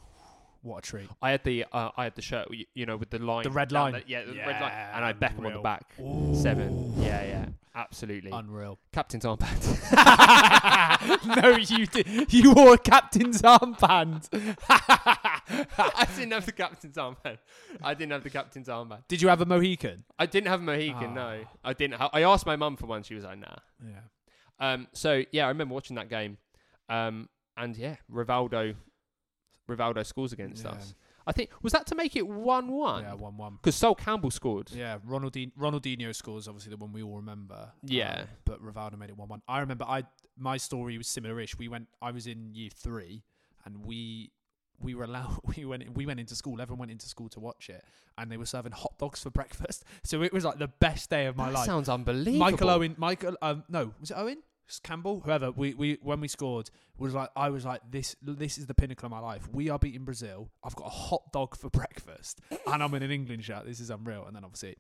A: What a treat.
B: I had the uh, I had the shirt, you, you know, with the line,
A: The red line.
B: down the- yeah, the red line,
A: Yeah,
B: and I had Beckham on the
A: unreal.
B: back, seven, yeah, yeah, absolutely,
A: Unreal. (laughs)
B: captain's armband. (laughs)
A: no, you did. You wore a captain's armband.
B: I didn't have the captain's armband. I didn't have the captain's armband.
A: Did you have a Mohican?
B: I didn't have a Mohican. No,
A: Ah.
B: I didn't. Ha- I asked my mum for one. She was like, "Nah."
A: Yeah.
B: Um, so yeah, I remember watching that game, um, and yeah, Rivaldo, Rivaldo scores against
A: Yeah.
B: us. I think was that to make it one-one
A: Yeah, one one.
B: because Sol Campbell scored.
A: Yeah, Ronaldinho, Ronaldinho scores obviously the one we all remember.
B: Yeah.
A: um, but Rivaldo made it one one. I remember I my story was similar-ish. We went. I was in year three, and we we were allowed. (laughs) We went. We went into school. Everyone went into school to watch it, and they were serving hot dogs for breakfast. (laughs) So it was like the best day of my
B: that
A: life.
B: sounds unbelievable.
A: Michael Owen, Michael, um, no, was it Owen? S- Campbell, whoever. We, we when we scored was like I was like this. This is the pinnacle of my life. We are beating Brazil. I've got a hot dog for (laughs) breakfast, and I'm in an England shirt. This is unreal. And then obviously,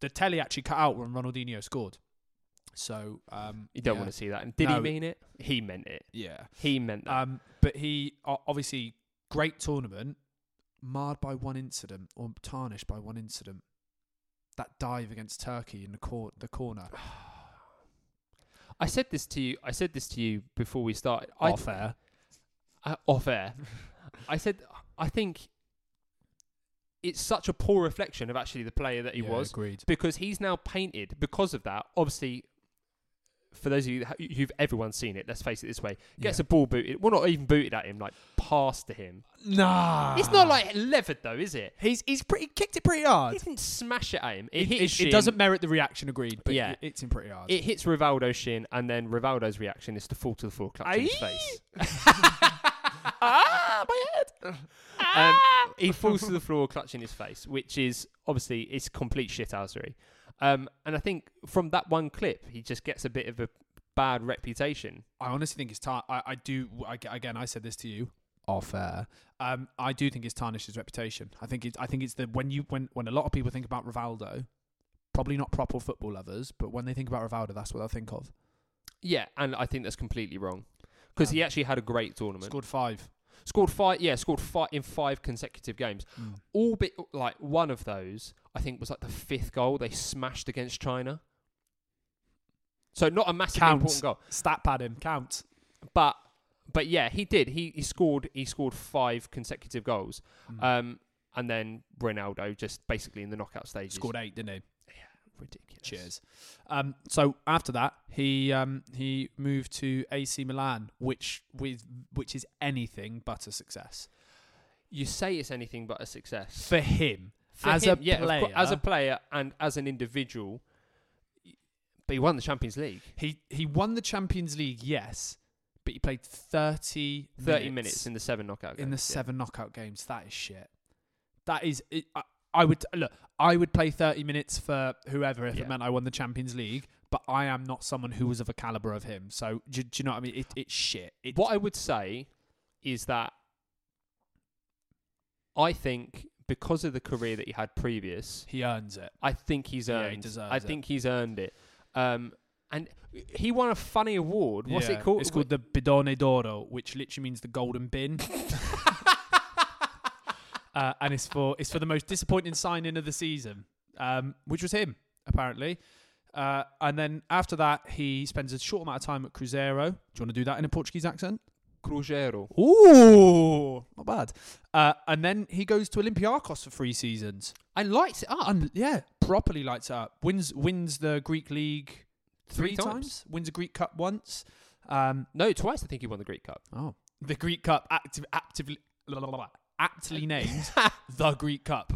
A: the telly actually cut out when Ronaldinho scored. So um,
B: You don't
A: yeah.
B: want to see that. And did he
A: No.
B: mean it? He meant it.
A: yeah.
B: He meant that.
A: Um, but he o- obviously great tournament, marred by one incident or tarnished by one incident. That dive against Turkey in the court, the corner.
B: (sighs) I said this to you. I said this to you before we started. I,
A: off air.
B: uh, off air. I said I think it's such a poor reflection of actually the player that he
A: Yeah,
B: was.
A: agreed.
B: because he's now painted because of that. Obviously, for those of you who- who've everyone's seen it, let's face it this way: gets
A: Yeah.
B: a ball booted. Well, not even booted at him, like passed to him.
A: Nah.
B: It's not like levered though, is it?
A: he's he's pretty kicked it pretty hard.
B: He didn't smash it at him. It,
A: It,
B: hit
A: it-
B: his
A: it
B: shin.
A: doesn't merit the reaction agreed, but
B: Yeah.
A: yeah. it's in pretty hard.
B: It hits Rivaldo's shin, and then Rivaldo's reaction is to fall to the floor, clutch in his
A: Aye. (laughs)
B: face. (laughs) ah, my head!
A: Ah.
B: Um, he falls to the floor, clutching his face, which is obviously it's complete shithousery. Um, and I think from that one clip, he just gets a bit of a bad reputation.
A: I honestly think it's tar- I, I do I, again I said this to you off air. Um, I do think it's tarnished his reputation. I think it's I think it's the when you when when a lot of people think about Rivaldo, probably not proper football lovers, but when they think about Rivaldo, that's what they'll think of.
B: Yeah, and I think that's completely wrong because he
A: Um,
B: actually had a great tournament.
A: Scored five.
B: scored five, yeah, scored five in five consecutive games.
A: Hmm.
B: all bit like one of those I think was like the fifth goal they smashed against China. So not a massively
A: Counts.
B: important goal,
A: Stat pad him. Count.
B: but but yeah, he did. He he scored he scored five consecutive goals.
A: Hmm. Uh,
B: Um, and then Ronaldo just basically in the knockout stages
A: Scored eight, didn't he?
B: ridiculous.
A: Cheers. Um, so after that, he um, he moved to AC Milan, which with which is anything but a success
B: You say it's anything but a success
A: for him.
B: For
A: as
B: him,
A: a
B: yeah, of cou-
A: player-
B: as a player and as an individual. But he won the Champions League.
A: He he won the Champions League, yes, but he played thirty
B: Thirty minutes, in the seven knockout.
A: in the
B: games, yeah.
A: seven knockout games. That is shit. That is. It, I, I would look. I would play thirty minutes for whoever if
B: Yeah.
A: it meant I won the Champions League. But I am not someone who was of a caliber of him. So do, do you know what I mean? It, it's shit. It's,
B: What I would say is that I think because of the career that he had previous,
A: he earns it.
B: I think he's
A: Yeah, he
B: earned.
A: deserves
B: I
A: it.
B: think he's earned it. Um, and he won a funny award. What's
A: Yeah,
B: it called?
A: It's called the Bidone d'Oro, which literally means the golden bin. (laughs) uh, and it's for it's for the most disappointing signing of the season, um, which was him apparently. Uh, and then after that, he spends a short amount of time at Cruzeiro. Do you want to do that in a Portuguese accent?
B: (laughs) Cruzeiro.
A: Ooh, not bad. Uh, and then he goes to Olympiacos for three seasons.
B: I liked it up
A: And yeah, properly lights it up. Wins wins the Greek league three, times. Wins a Greek Cup once. Um,
B: No, twice I think he won the Greek Cup.
A: oh, the Greek Cup active, actively la, la, la, la,
B: (laughs)
A: aptly named the Greek Cup.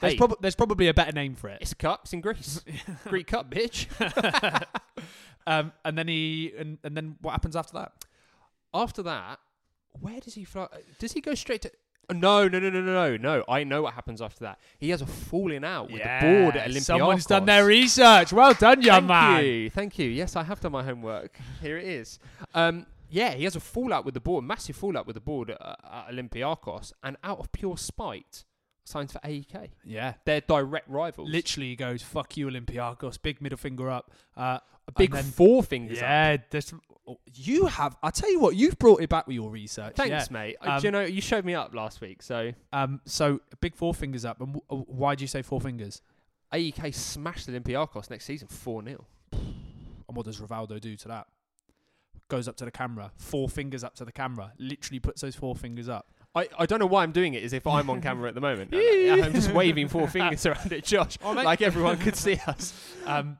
A: There's,
B: Hey.
A: prob- there's probably a better name for it.
B: It's cups
A: (laughs)
B: in Greece. Greek Cup, bitch.
A: um, and then he and, and then what happens after that?
B: After that, where does he fly? Does he go straight to? oh, No, no, no, no, no, no, no. I know what happens after that. He has a falling out with the board at Olympiacos.
A: Someone's done their research. Well done, young
B: Thank
A: man.
B: you, thank you. Yes, I have done my homework. Here it is. Um, yeah, he has a fallout with the board, massive fallout with the board at, at Olympiacos, and out of pure spite, signs for AEK.
A: Yeah,
B: They're direct rivals.
A: literally he goes fuck you, Olympiacos. Big middle finger up. Uh,
B: a big
A: and then-
B: four fingers. up.
A: Yeah, there's, oh, you have. I tell you what, you've brought it back with your research.
B: Thanks,
A: yeah.
B: mate. Uh,
A: Um,
B: Do you know, you showed me up last week, so
A: Um, so big four fingers up, and w- why do you say four fingers?
B: AEK E smashed Olympiacos next season 4 0.
A: And what does Rivaldo do to that? Goes up to the camera, four fingers up to the camera, literally puts those four fingers up.
B: I, I don't know why I'm doing it, is if I'm on camera at
A: (laughs)
B: the moment. uh, I'm just waving four fingers around at Josh,
A: Oh, mate.
B: like everyone could see us.
A: Um,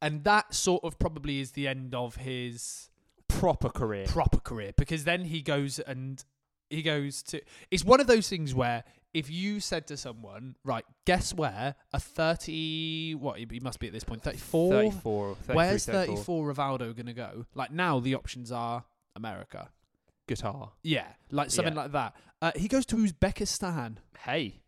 A: and that sort of probably is the end of his
B: Proper career.
A: proper career because then he goes and he goes to. It's one of those things where if you said to someone, right, guess where a thirty what he he must be at this point, thirty four,
B: 34 or 33,
A: Where's
B: 34.
A: 34 Rivaldo going to go? Like now, the options are America.
B: guitar.
A: Yeah, like something
B: Yeah.
A: like that. Uh, he goes to Uzbekistan.
B: Hey,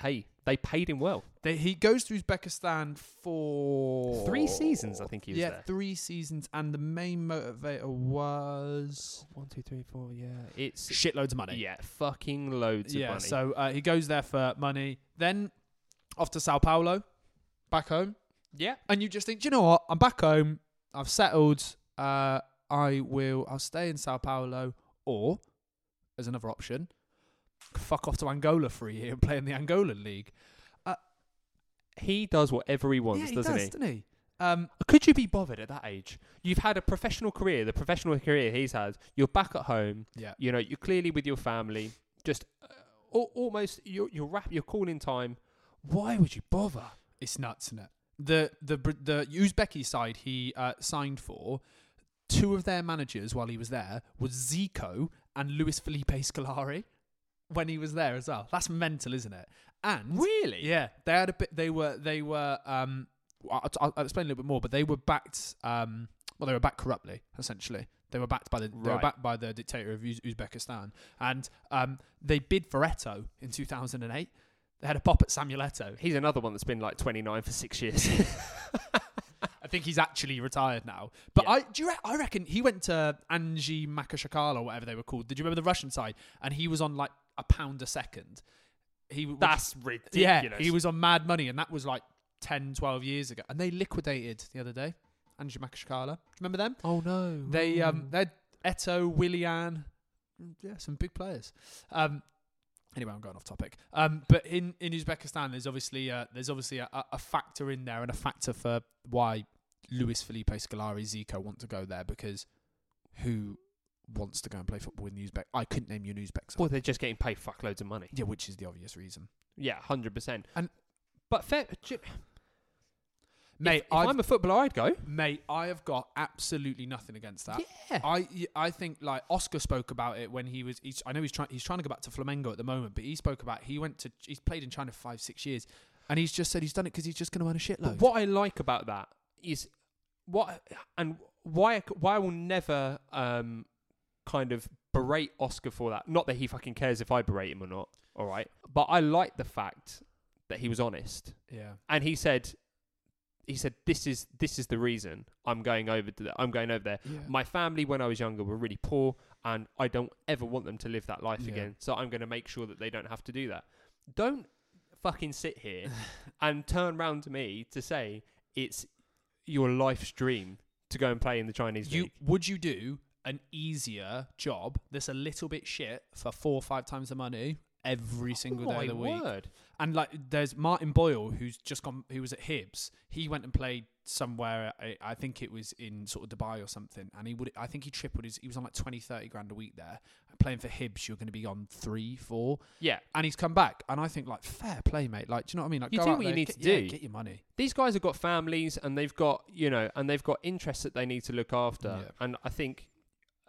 B: hey, they paid him well.
A: They, he goes to Uzbekistan for
B: Three seasons, I think he was
A: yeah,
B: there.
A: three seasons, and the main motivator was
B: One, two, three, four. Yeah, it's
A: shitloads of money.
B: yeah, fucking loads
A: yeah.
B: of money.
A: So uh, he goes there for money, then off to Sao Paulo, back home,
B: yeah,
A: and you just think, Do you know what? I'm back home. I've settled. Uh, I will. I'll stay in Sao Paulo, or as another option, fuck off to Angola for a year and play in the Angolan league.
B: he does whatever he wants,
A: yeah, he
B: doesn't
A: does,
B: he?
A: doesn't he? Um,
B: Could you be bothered at that age? You've had a professional career, the professional career he's had. You're back at home.
A: yeah.
B: You know, you're clearly with your family. Just uh, al- almost you're you're wrap you're calling time. Why would you bother?
A: It's nuts, isn't it? The the Br- the Uzbeki side he uh, signed for two of their managers while he was there was Zico and Luis Felipe Scolari when he was there as well. That's mental, isn't it? And
B: Really?
A: yeah, they had a bit. They were they were. Um, I'll, I'll- I'll explain a little bit more, but they were backed. Um, well, they were backed corruptly. Essentially, they were backed by the they were
B: Right.
A: backed by the dictator of Uz- Uzbekistan, and um, they bid for Eto in 2008. They had a pop at Samuel Eto.
B: He's another one that's been like 29 for six years. (laughs)
A: I think he's actually retired now. But
B: Yeah.
A: I do you re- I reckon he went to Angie Makashakala or whatever they were called. Did you remember the Russian side? And he was on like a pound a second. He was-
B: that's
A: yeah,
B: ridiculous.
A: he was on Mad Money, and that was like 10, 12 years ago. And they liquidated the other day. Angie Makashakala, remember them?
B: Oh no.
A: They
B: Mm.
A: um they had Eto, Willian, yeah, some big players. Um, anyway, I'm going off topic. Um, but in in Uzbekistan, there's obviously uh, there's obviously a, a- a factor in there and a factor for why Luis Felipe Scolari, Zico want to go there because who wants to go and play football in the Uzbek? I couldn't name you an Uzbek. side.
B: Well, they're just getting paid fuckloads of money.
A: yeah, which is the obvious reason,
B: Yeah, hundred percent.
A: And-
B: but fair, j-
A: mate.
B: if, if
A: I've,
B: I'm a footballer, I'd go.
A: mate, I have got absolutely nothing against that.
B: Yeah.
A: I I think like Oscar spoke about it when he was. He's, I know he's trying. He's trying to go back to Flamengo at the moment, but he spoke about he went to. He's played in China for five six years, and he's just said he's done it because he's just going to earn a shitload.
B: But what I like about that is what and why I c- why I will never um kind of berate Oscar for that. Not that he fucking cares if I berate him or not. All right, but I like the fact that he was honest.
A: Yeah,
B: and he said he said this is this is the reason I'm going over to the, I'm going over there.
A: Yeah.
B: My family when I was younger were really poor and I don't ever want them to live that life
A: Yeah.
B: again. So I'm going to make sure that they don't have to do that. Don't fucking
A: (laughs)
B: sit here and turn round to me to say it's your life's dream to go and play in the Chinese
A: you
B: league.
A: would you do an easier job that's a little bit shit for four or five times the money every single day
B: My
A: of the week.
B: word.
A: And like, there's Martin Boyle who's just gone. Who was at Hibs. He went and played somewhere. I, I think it was in sort of Dubai or something. And he would. I think he tripled his. He was on like 20, 30 grand a week there. Playing for Hibs, you're going to be on three, four.
B: Yeah,
A: And he's come back, and I think like fair play, mate. Like, do you know what I mean? Like,
B: You
A: go
B: do
A: out
B: what you
A: there,
B: need
A: get-
B: to
A: yeah,
B: do.
A: Get your money.
B: these guys have got families and they've got you know and they've got interests that they need to look after
A: Yeah.
B: and i think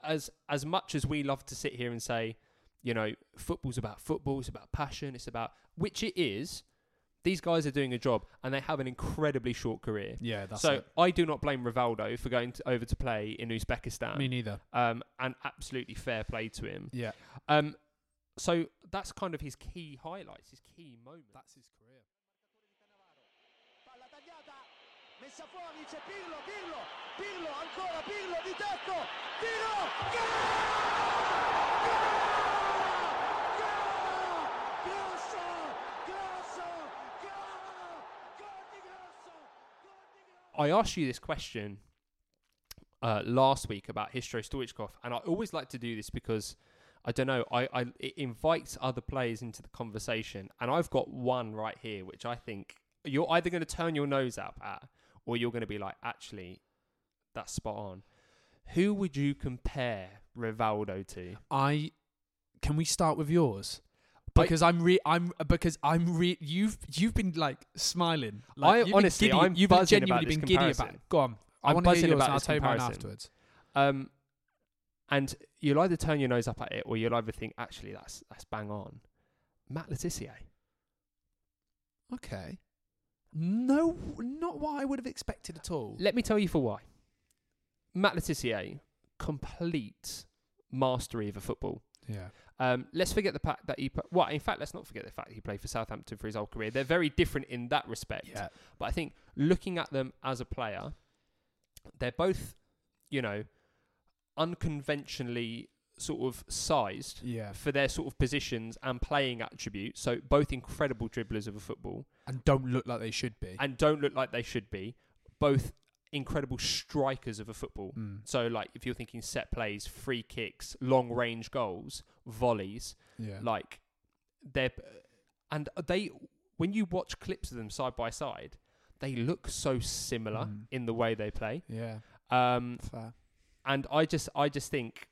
B: as as much as we love to sit here and say you know football's about football it's about passion it's about which it is these guys are doing a job and they have an incredibly short career
A: Yeah, that's
B: so
A: it.
B: i do not blame rivaldo for going to, over to play in uzbekistan
A: Me neither.
B: um, and absolutely fair play to him
A: uh, Yeah,
B: um, so that's kind of his key highlights his key moments
A: that's his career.
D: Palla tagliata, messa fuori, c'è Pirlo, Pirlo, Pirlo, ancora Pirlo di tecco, tiro, gol! Gol! Gol! Grosso, grosso, gol! Gol di grosso! Gol di grosso!
B: I asked you this question uh, last week about Histro Stoichkov, and I always like to do this because I don't know, I, I it invites other players into the conversation, and I've got one right here, which I think you're either going to turn your nose up at, or you're going to be like, actually, that's spot on. Who would you compare Rivaldo to?
A: I can we start with yours? Because I, am re I'm because I'm re you've you've been like smiling. Like,
B: I-
A: you've been
B: honestly,
A: giddy-
B: I'm
A: you've been
B: buzzing
A: genuinely
B: about this
A: been giddy about.
B: comparison.
A: Go on. I
B: I'm
A: want to hear
B: buzzing
A: yours.
B: about
A: and I'll
B: this
A: tell you mine
B: comparison.
A: afterwards.
B: Um, and you'll either turn your nose up at it, or you'll either think, actually, that's that's bang on. Matt Letitia.
A: Okay. No, not what I would have expected at all.
B: Let me tell you for why. Matt Letitia, complete mastery of a football.
A: Yeah.
B: Um, let's forget the fact that he. pl- Well, in fact, let's not forget the fact he played for Southampton for his whole career. They're very different in that respect.
A: Yeah.
B: But I think looking at them as a player, they're both, you know, unconventionally sort of sized
A: Yeah.
B: for their sort of positions and playing attributes. So both incredible dribblers of a football
A: And don't look like they should be.
B: and don't look like they should be. Both incredible strikers of a football.
A: Mm,
B: So, like, if you're thinking set plays, free kicks, long range goals, volleys,
A: yeah.
B: like, they're. And they, when you watch clips of them side by side, they look so similar
A: Mm.
B: in the way they play.
A: yeah.
B: Um,
A: Fair.
B: and I just, I just think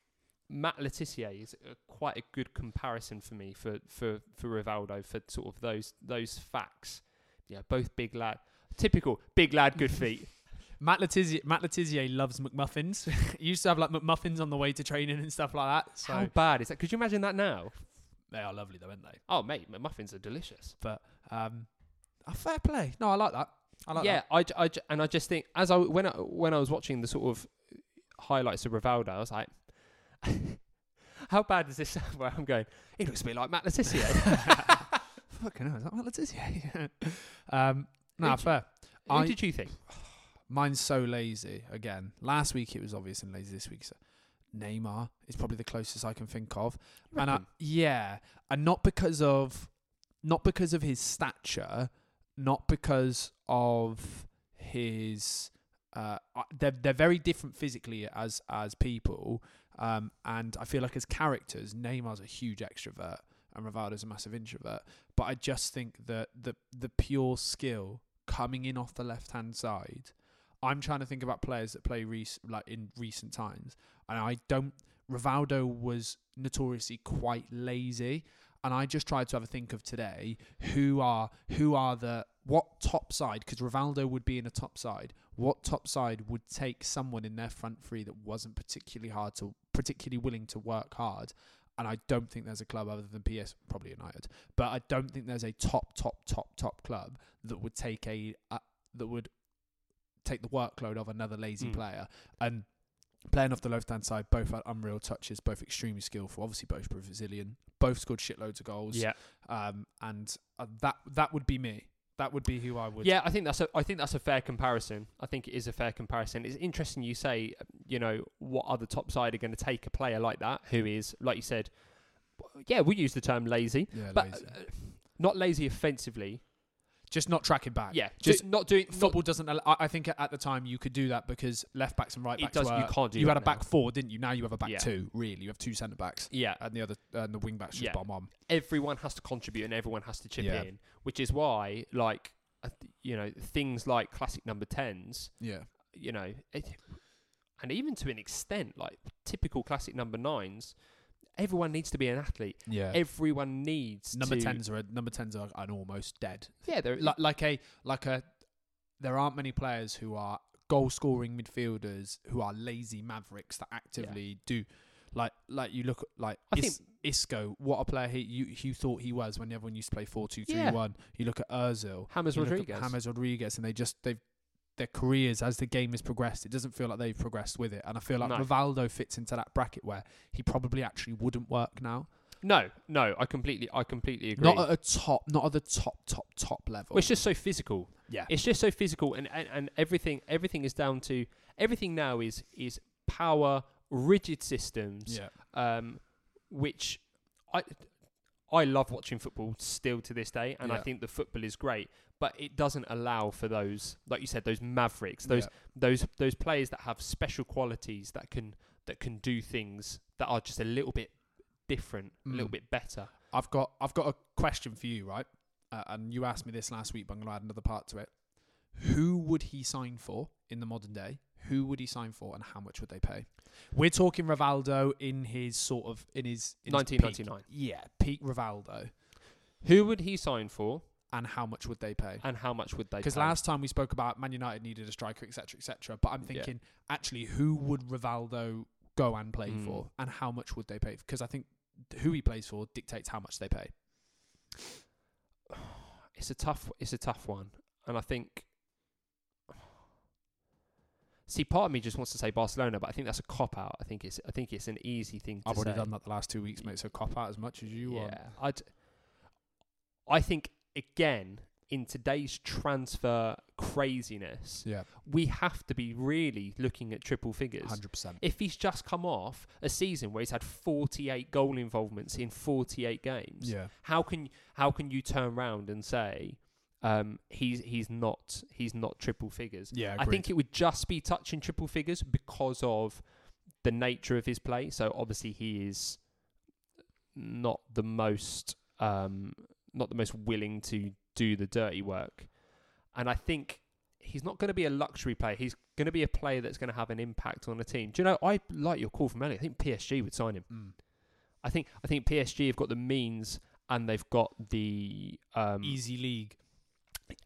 B: Matt Letitia is uh quite a good comparison for me for for for Rivaldo for sort of those those facts. Yeah, both big lad, typical big lad, (laughs) good feet.
A: Matt Letizier, Matt Letizier loves McMuffins. (laughs) he used to have like McMuffins on the way to training and stuff like that. So
B: How bad is that? Could you imagine that now?
A: they are lovely though, aren't they?
B: Oh, mate, muffins are delicious.
A: But um, a fair play. No, I like that. I like
B: yeah,
A: that.
B: I, ju- I ju- and I just think as I when I when I was watching the sort of highlights of Rivaldo, I was like, (laughs) how bad does this sound? (laughs) Where I'm going, he looks a bit like Matt (laughs) Letitia.
A: Fucking hell, is (laughs) that Matt Letizier? um, no,
B: Who d-
A: fair.
B: Who
A: I-
B: did you think?
A: Mine's so lazy again. Last week it was obvious and lazy. This week's Neymar is probably the closest I can think of. and I,
B: reckon?
A: yeah, and not because of not because of his stature, not because of his uh, I- they're they're very different physically as as people, um, and I feel like as characters, Neymar's a huge extrovert and Rivaldo's a massive introvert. But I just think that the the pure skill coming in off the left hand side, I'm trying to think about players that play rec- like in recent times, and I don't. Rivaldo was notoriously quite lazy, and I just tried to have a think of today who are who are the what top side because Rivaldo would be in a top side. What top side would take someone in their front three that wasn't particularly hard to particularly willing to work hard? And I don't think there's a club other than PS, probably United, but I don't think there's a top, top, top, top club that would take a uh, that would take the workload of another lazy
B: Mm.
A: player. And playing off the left hand side, both had unreal touches, both extremely skillful. Obviously, both Brazilian, both scored shitloads of goals
B: Yeah,
A: um, and uh, that that would be me. That would be who I would.
B: Yeah, I think that's a I think that's a fair comparison. I think it is a fair comparison. It's interesting you say, you know, what other top side are going to take a player like that who is, like you said, yeah, we use the term lazy,
A: yeah,
B: but
A: lazy.
B: uh, not lazy offensively.
A: Just not tracking back.
B: Yeah,
A: Just
B: just not doing not
A: Football doesn't. Allow, I I think at the time you could do that because left backs and right
B: It
A: backs.
B: does-
A: were-
B: you can't do
A: You
B: that
A: had a
B: now.
A: back four, didn't you? Now you have a back
B: Yeah.
A: two. Really, you have two centre backs,
B: Yeah,
A: and the other and the wing backs just
B: Yeah.
A: bomb on.
B: everyone has to contribute and everyone has to chip
A: Yeah.
B: in, which is why, like, I th- you know, things like classic number tens,
A: Yeah,
B: you know, it, and even to an extent, like typical classic number nines, everyone needs to be an athlete.
A: yeah.
B: Everyone needs
A: number
B: to-
A: tens are a- number tens are an almost dead.
B: Yeah, they're
A: Like like a like a. There aren't many players who are goal scoring midfielders who are lazy mavericks that actively do. Like like you look at- like
B: I
A: Is- Isco, what a player he you you thought he was when everyone used to play four two three one.
B: Yeah.
A: You look at Özil.
B: Hammers
A: you look at
B: Rodriguez.
A: James Rodriguez, and they just they've their careers as the game has progressed. It doesn't feel like they've progressed with it, and I feel like
B: No.
A: Rivaldo fits into that bracket where he probably actually wouldn't work now.
B: no, no, I completely, I completely agree.
A: Not at a top, not at the top, top, top level.
B: Well, it's just so physical.
A: yeah,
B: It's just so physical, and, and and everything, everything is down to everything now is is power, rigid systems,
A: yeah,
B: um, which I I love watching football still to this day, and I
A: Yeah.
B: think the football is great, but it doesn't allow for those, like you said, those mavericks, those those those players that have special qualities that can that can do things that are just a little bit different, a little
A: Mm.
B: bit better.
A: I've got I've got a question for you, right? Uh, and you asked me this last week, but I'm going to add another part to it. Who would he sign for in the modern day? Who would he sign for, and how much would they pay? We're talking Rivaldo in his sort of in his in his peak.
B: 1999.
A: yeah, peak Rivaldo,
B: Who would he sign for,
A: and how much would they pay?
B: and how much would they?
A: Because
B: pay?
A: last time we spoke about Man United needed a striker, etc., etc. but I'm
B: Yeah.
A: thinking actually, who would Rivaldo go and play
B: Mm.
A: for, and how much would they pay? Because I think who he plays for dictates how much they pay.
B: it's a tough it's a tough one and i think see part of me just wants to say barcelona but i think that's a cop out i think it's i think it's an easy thing to
A: I've already
B: say.
A: done that the last two weeks, mate. So cop out as much as you want.
B: yeah i'd i think again in today's transfer craziness
A: Yeah,
B: we have to be really looking at triple figures
A: hundred percent.
B: if he's just come off a season where he's had 48 goal involvements in 48 games
A: Yeah,
B: how can how can you turn round and say um, he's he's not he's not triple figures?
A: yeah.
B: I think it would just be touching triple figures because of the nature of his play. So obviously he is not the most um, not the most willing to do the dirty work, and I think he's not going to be a luxury player. He's going to be a player that's going to have an impact on the team. Do you know? I like your call from earlier. I think PSG would sign him. I think I think PSG have got the means and they've got the um,
A: easy league.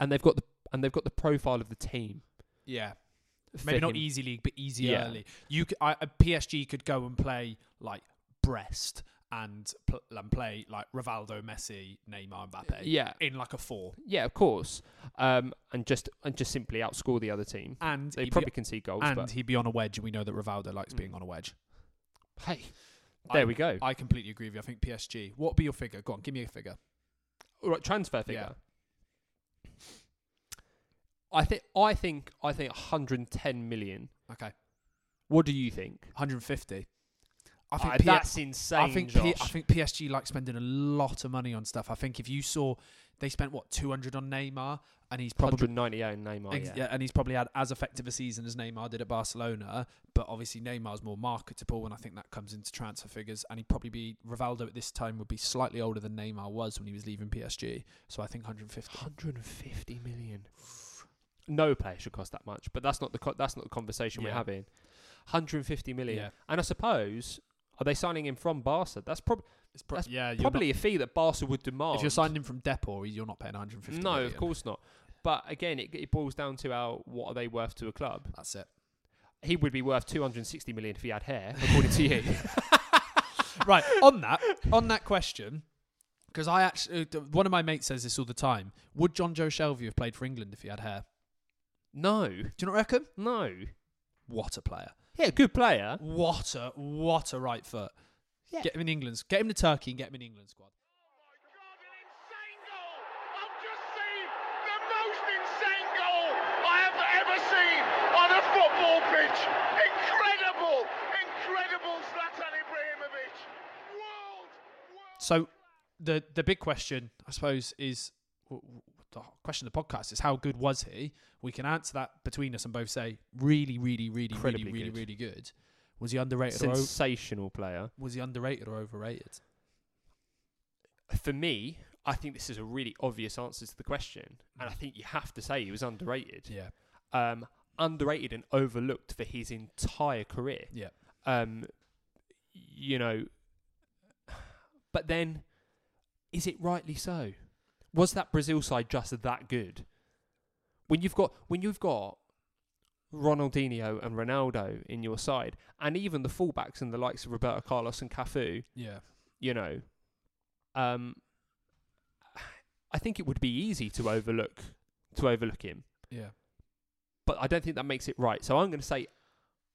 B: and they've got the and they've got the profile of the team.
A: Yeah,
B: for
A: maybe not
B: him.
A: easy league, but easy
B: Yeah.
A: early. You could, I, uh, a PSG could go and play like Brest and pl- and play like Rivaldo, Messi, Neymar, Mbappe
B: Uh, Yeah,
A: in like a four,
B: yeah, of course. Um, and just and just simply outscore the other team.
A: and
B: They
A: he'd
B: probably
A: be,
B: can see goals,
A: and
B: but Mm.
A: he'd be on a wedge, and we know that Rivaldo likes being on a wedge.
B: hey, there
A: I,
B: we go.
A: I completely agree with you. I think PSG. What would be your figure? Go on, give me a figure.
B: All right, transfer figure. I think I think I think 110 million.
A: Okay,
B: What do you think?
A: 150. I
B: Ah,
A: P-
B: that's insane,
A: I think
B: Josh.
A: P- I think PSG like spending a lot of money on stuff. I think if you saw they spent what 200 on Neymar and he's probably
B: 198 oh, Neymar.
A: ex- yeah, and he's probably had as effective a season as Neymar did at Barcelona, but obviously Neymar's more marketable and I think that comes into transfer figures and he'd probably be Rivaldo at this time would be slightly older than Neymar was when he was leaving PSG. So I think 150.
B: 150 million. No player should cost that much, but that's not the co- that's not the conversation we're
A: Yeah.
B: having. 150 million,
A: Yeah.
B: and I suppose are they signing him from Barca? That's prob-
A: It's pro-
B: That's
A: yeah, you're not-
B: probably a fee that Barca would demand.
A: if you're signing him from Depor, you're not paying 150.
B: no, of
A: million.
B: course not. But again, it, it boils down to our what are they worth to a club?
A: That's it.
B: He would be worth 260 million if he had hair, according to (laughs) you.
A: (laughs) right on that on that question because i actually uh, one of my mates says this all the time would john joe shelby have played for england if he had hair
B: (laughs) No,
A: do you not reckon
B: no.
A: what a player
B: Yeah, good player.
A: what a what a right foot
B: Yeah.
A: get him in england's get him to turkey and get him in england squad
C: insane goal! I've just seen the most insane goal I have ever seen on a football pitch. Incredible, incredible Zlatan Ibrahimovic. World, world.
A: so the the big question i suppose is w- w- the question of the podcast is how good was he? We can answer that between us and both say really, really, really, really,
B: Incredibly
A: really,
B: good.
A: really good. Was he underrated or o-
B: Sensational player.
A: was he underrated or overrated?
B: For me, I think this is a really obvious answer to the question, and I think you have to say he was underrated.
A: Yeah,
B: Um, underrated and overlooked for his entire career.
A: yeah,
B: um, you know, but then is it rightly so? Was that Brazil side just that good? When you've got when you've got Ronaldinho and Ronaldo in your side, and even the fullbacks and the likes of Roberto Carlos and Cafu,
A: yeah.
B: you know, um, I think it would be easy to overlook to overlook him,
A: Yeah,
B: but I don't think that makes it right. So I'm going to say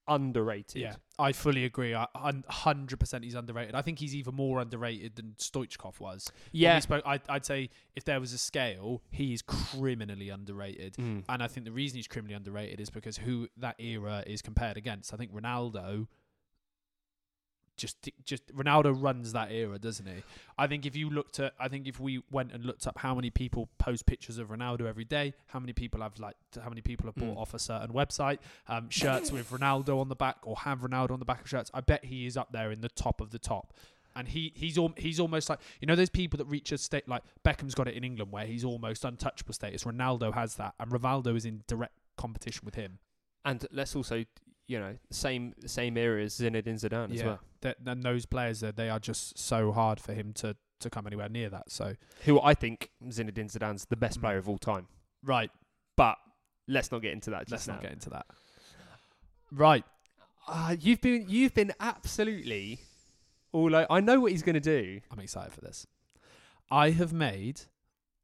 B: underrated.
A: yeah. I fully agree. I hundred percent, he's underrated. I think he's even more underrated than Stoichkov was. When
B: Yeah.
A: we spoke, I'd, I'd say if there was a scale, he is criminally underrated.
B: Mm.
A: And I think the reason he's criminally underrated is because who that era is compared against. I think Ronaldo just just Ronaldo runs that era, doesn't he? I think if you looked at I think if we went and looked up how many people post pictures of Ronaldo every day, how many people have like how many people have bought
B: Mm.
A: off a certain website, um, shirts with Ronaldo on the back or have Ronaldo on the back of shirts, I bet he is up there in the top of the top. And he he's al- he's almost like you know those people that reach a state like Beckham's got it in England where he's almost untouchable status. Ronaldo has that, and Rivaldo is in direct competition with him.
B: And let's also, you know, same same area as Zinedine Zidane as well,
A: that and those players uh, they are just so hard for him to to come anywhere near that. So
B: who I think Zinedine Zidane's the
A: Mm.
B: best player of all time.
A: right,
B: But let's not get into that.
A: let's
B: Just
A: not
B: now.
A: get into that. Right,
B: Ah, you've been you've been absolutely all. o- I know what he's going to do.
A: I'm excited for this. I have made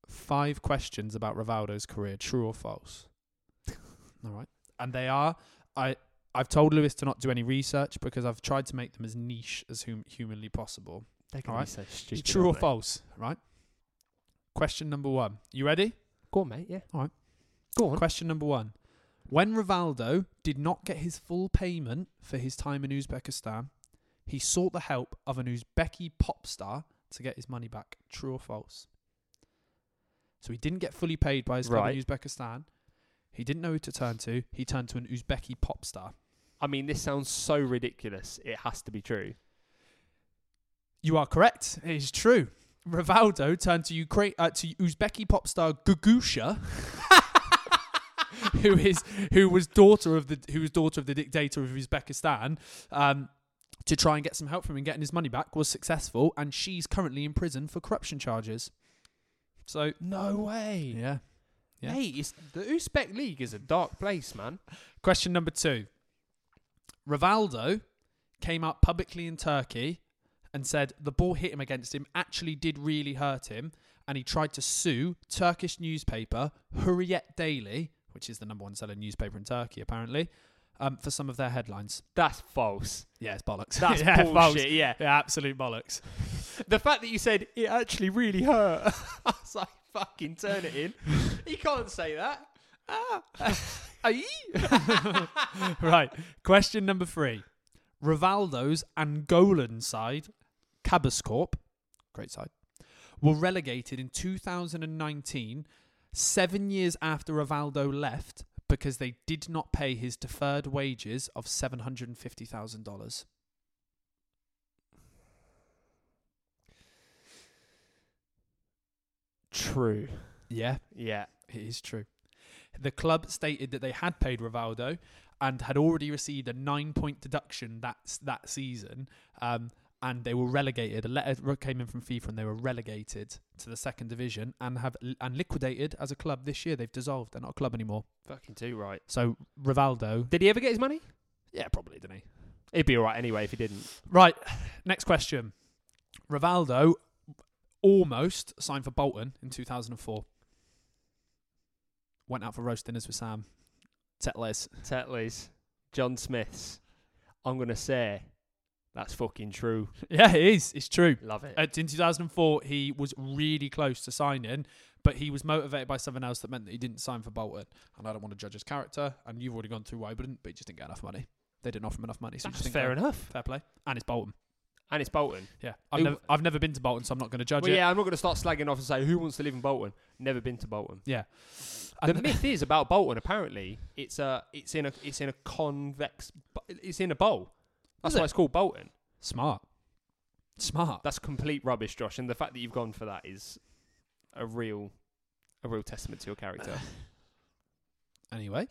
A: five questions about Rivaldo's career, true or false. (laughs) All right. And they are I I've told Lewis to not do any research because I've tried to make them as niche as hum- humanly possible.
B: They're
A: gonna
B: going
A: be
B: to be so stupid.
A: true or false, right? Question number 1. You ready?
B: Go on, mate. Yeah.
A: All right.
B: Go on.
A: Question number 1. When Rivaldo did not get his full payment for his time in Uzbekistan, he sought the help of an Uzbeki pop star to get his money back. True or false? So he didn't get fully paid by his club in
B: Right.
A: Uzbekistan. He didn't know who to turn to. He turned to an Uzbeki pop star.
B: I mean, this sounds so ridiculous. It has to be true.
A: You are correct. It is true. Rivaldo turned to Ukraine uh, to Uzbeki pop star Gugusha, (laughs) who is who was daughter of the who was daughter of the dictator of Uzbekistan, um, to try and get some help from him in getting his money back. Was successful, and she's currently in prison for corruption charges. So
B: No way.
A: yeah. Yeah.
B: Hey, it's, the Uzbek league is a dark place, man.
A: Question number two. Rivaldo came out publicly in Turkey and said the ball hit him against him actually did really hurt him, and he tried to sue Turkish newspaper Hurriyet Daily, which is the number one selling newspaper in Turkey apparently, um, for some of their headlines.
B: That's
A: (laughs)
B: false.
A: Yeah, it's bollocks.
B: That's
A: yeah,
B: bullshit.
A: false.
B: Yeah.
A: Yeah, absolute bollocks.
B: The fact that you said it actually really hurt, (laughs) I was like, fucking turn
A: (laughs)
B: it in. You can't say that. Ah. Aye.
A: (laughs) right. Question number three. Rivaldo's Angolan side, Cabascorp, great side, were relegated in 2019, seven years after Rivaldo left, because they did not pay his deferred wages of $750,000.
B: True.
A: Yeah,
B: Yeah.
A: It is true. The club stated that they had paid Rivaldo and had already received a nine-point deduction that that season, um, and they were relegated. A letter came in from FIFA, and they were relegated to the second division and have and liquidated as a club this year. They've dissolved; they're not a club anymore.
B: Fucking too right.
A: So Rivaldo,
B: Did he ever get his money?
A: yeah, probably didn't he?
B: It'd be all right anyway if he didn't.
A: Right. Next question. Rivaldo almost signed for Bolton in 2004. Went out for roast dinners with Sam. Tetles.
B: Tetleys, John Smiths. I'm going to say that's fucking true.
A: Yeah, it is. It's true.
B: Love it.
A: Uh, in 2004, he was really close to signing, but he was motivated by something else that meant that he didn't sign for Bolton. And I don't want to judge his character. And you've already gone through why he wouldn't, but he just didn't get enough money. They didn't offer him enough money. So you
B: that's
A: just think,
B: fair
A: oh,
B: enough.
A: Fair play. And it's Bolton.
B: and it's Bolton.
A: Yeah, I've
B: Who-
A: never, I've never been to Bolton, so I'm not going to judge
B: Well,
A: it. (laughs)
B: yeah, I'm not going to start slagging off and say who wants to live in Bolton. Never been to Bolton.
A: Yeah.
B: The
A: And-
B: myth is about Bolton. Apparently, it's a it's in a it's in a convex. bu- It's in a bowl. That's
A: Is
B: why
A: it?
B: it's called Bolton.
A: smart, smart.
B: That's complete rubbish, Josh. And the fact that you've gone for that is a real a real testament to your character.
A: (laughs) Anyway,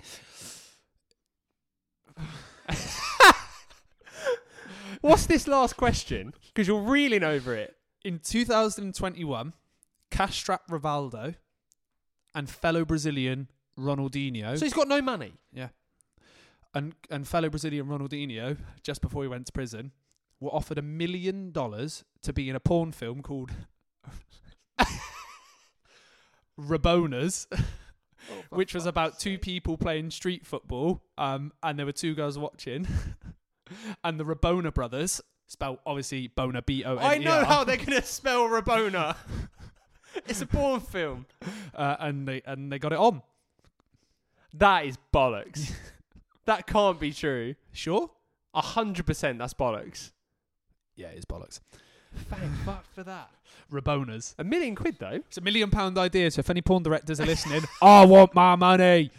B: What's this last question? Because you're reeling over it.
A: in 2021, cash strap Rivaldo and fellow Brazilian Ronaldinho
B: So he's got no money.
A: and and fellow Brazilian Ronaldinho just before he went to prison were offered a million dollars to be in a porn film called Rabonas, which was about two people playing street football, um, and there were two girls watching, (laughs) and the Rabona brothers, spelled obviously Bona B O N E R,
B: I know how they're going to spell Rabona. (laughs) it's a porn film.
A: (laughs) uh, and they and they got it on.
B: That is (laughs) bollocks. that can't be true.
A: Sure.
B: A hundred percent, that's bollocks.
A: Yeah, it's bollocks.
B: Thank fuck for that.
A: Rabonas.
B: A million quid though.
A: It's a million pound idea. So if any porn directors are
B: (laughs)
A: listening, I want my money.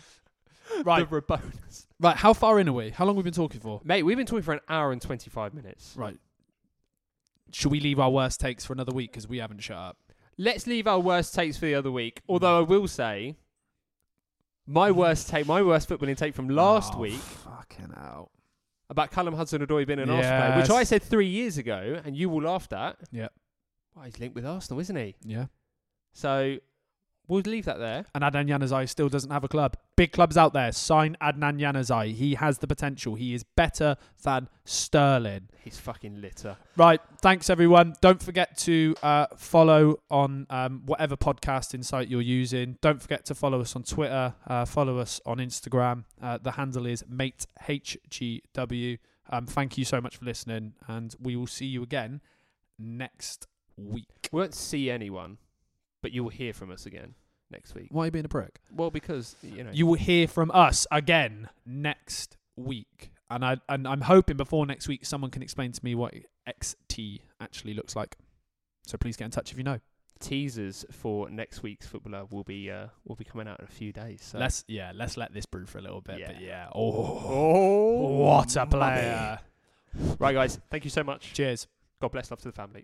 A: Right,
B: The Rabonas.
A: right. How far in are we? How long have we been talking for?
B: Mate, we've been talking for an hour and twenty-five minutes.
A: Right. Should we leave our worst takes for another week because we haven't shut up?
B: Let's leave our worst takes for the other week. Although I will say, my worst take, my worst footballing take from last
A: Oh,
B: week
A: Fucking out.
B: about Callum Hudson-Odoi being an Arsenal player, which
A: Yes.
B: I said three years ago, and you all laughed at.
A: Yep.
B: Well, he's linked with Arsenal, isn't he?
A: Yeah.
B: So we'll leave that there.
A: And Adnan Yanazai still doesn't have a club. Big clubs out there. Sign Adnan Yanazai. He has the potential. He is better than Sterling.
B: He's fucking litter.
A: Right. Thanks, everyone. Don't forget to uh, follow on um, whatever podcasting site you're using. Don't forget to follow us on Twitter. Uh, follow us on Instagram. Uh, the handle is MateHGW. Um, thank you so much for listening, and we will see you again next week.
B: We won't see anyone, but you will hear from us again next week.
A: Why are you being a prick?
B: Well, because you know
A: You will hear from us again next week. And I and I'm hoping before next week someone can explain to me what XT actually looks like. So please get in touch if you know.
B: teasers for next week's footballer will be uh, will be coming out in a few days. So.
A: Let's yeah, let's let this brew for a little bit. But
B: uh, Yeah.
A: yeah, oh,
B: oh,
A: what a player!
B: Right, guys. Thank you so much.
A: Cheers.
B: God bless. Love to the family.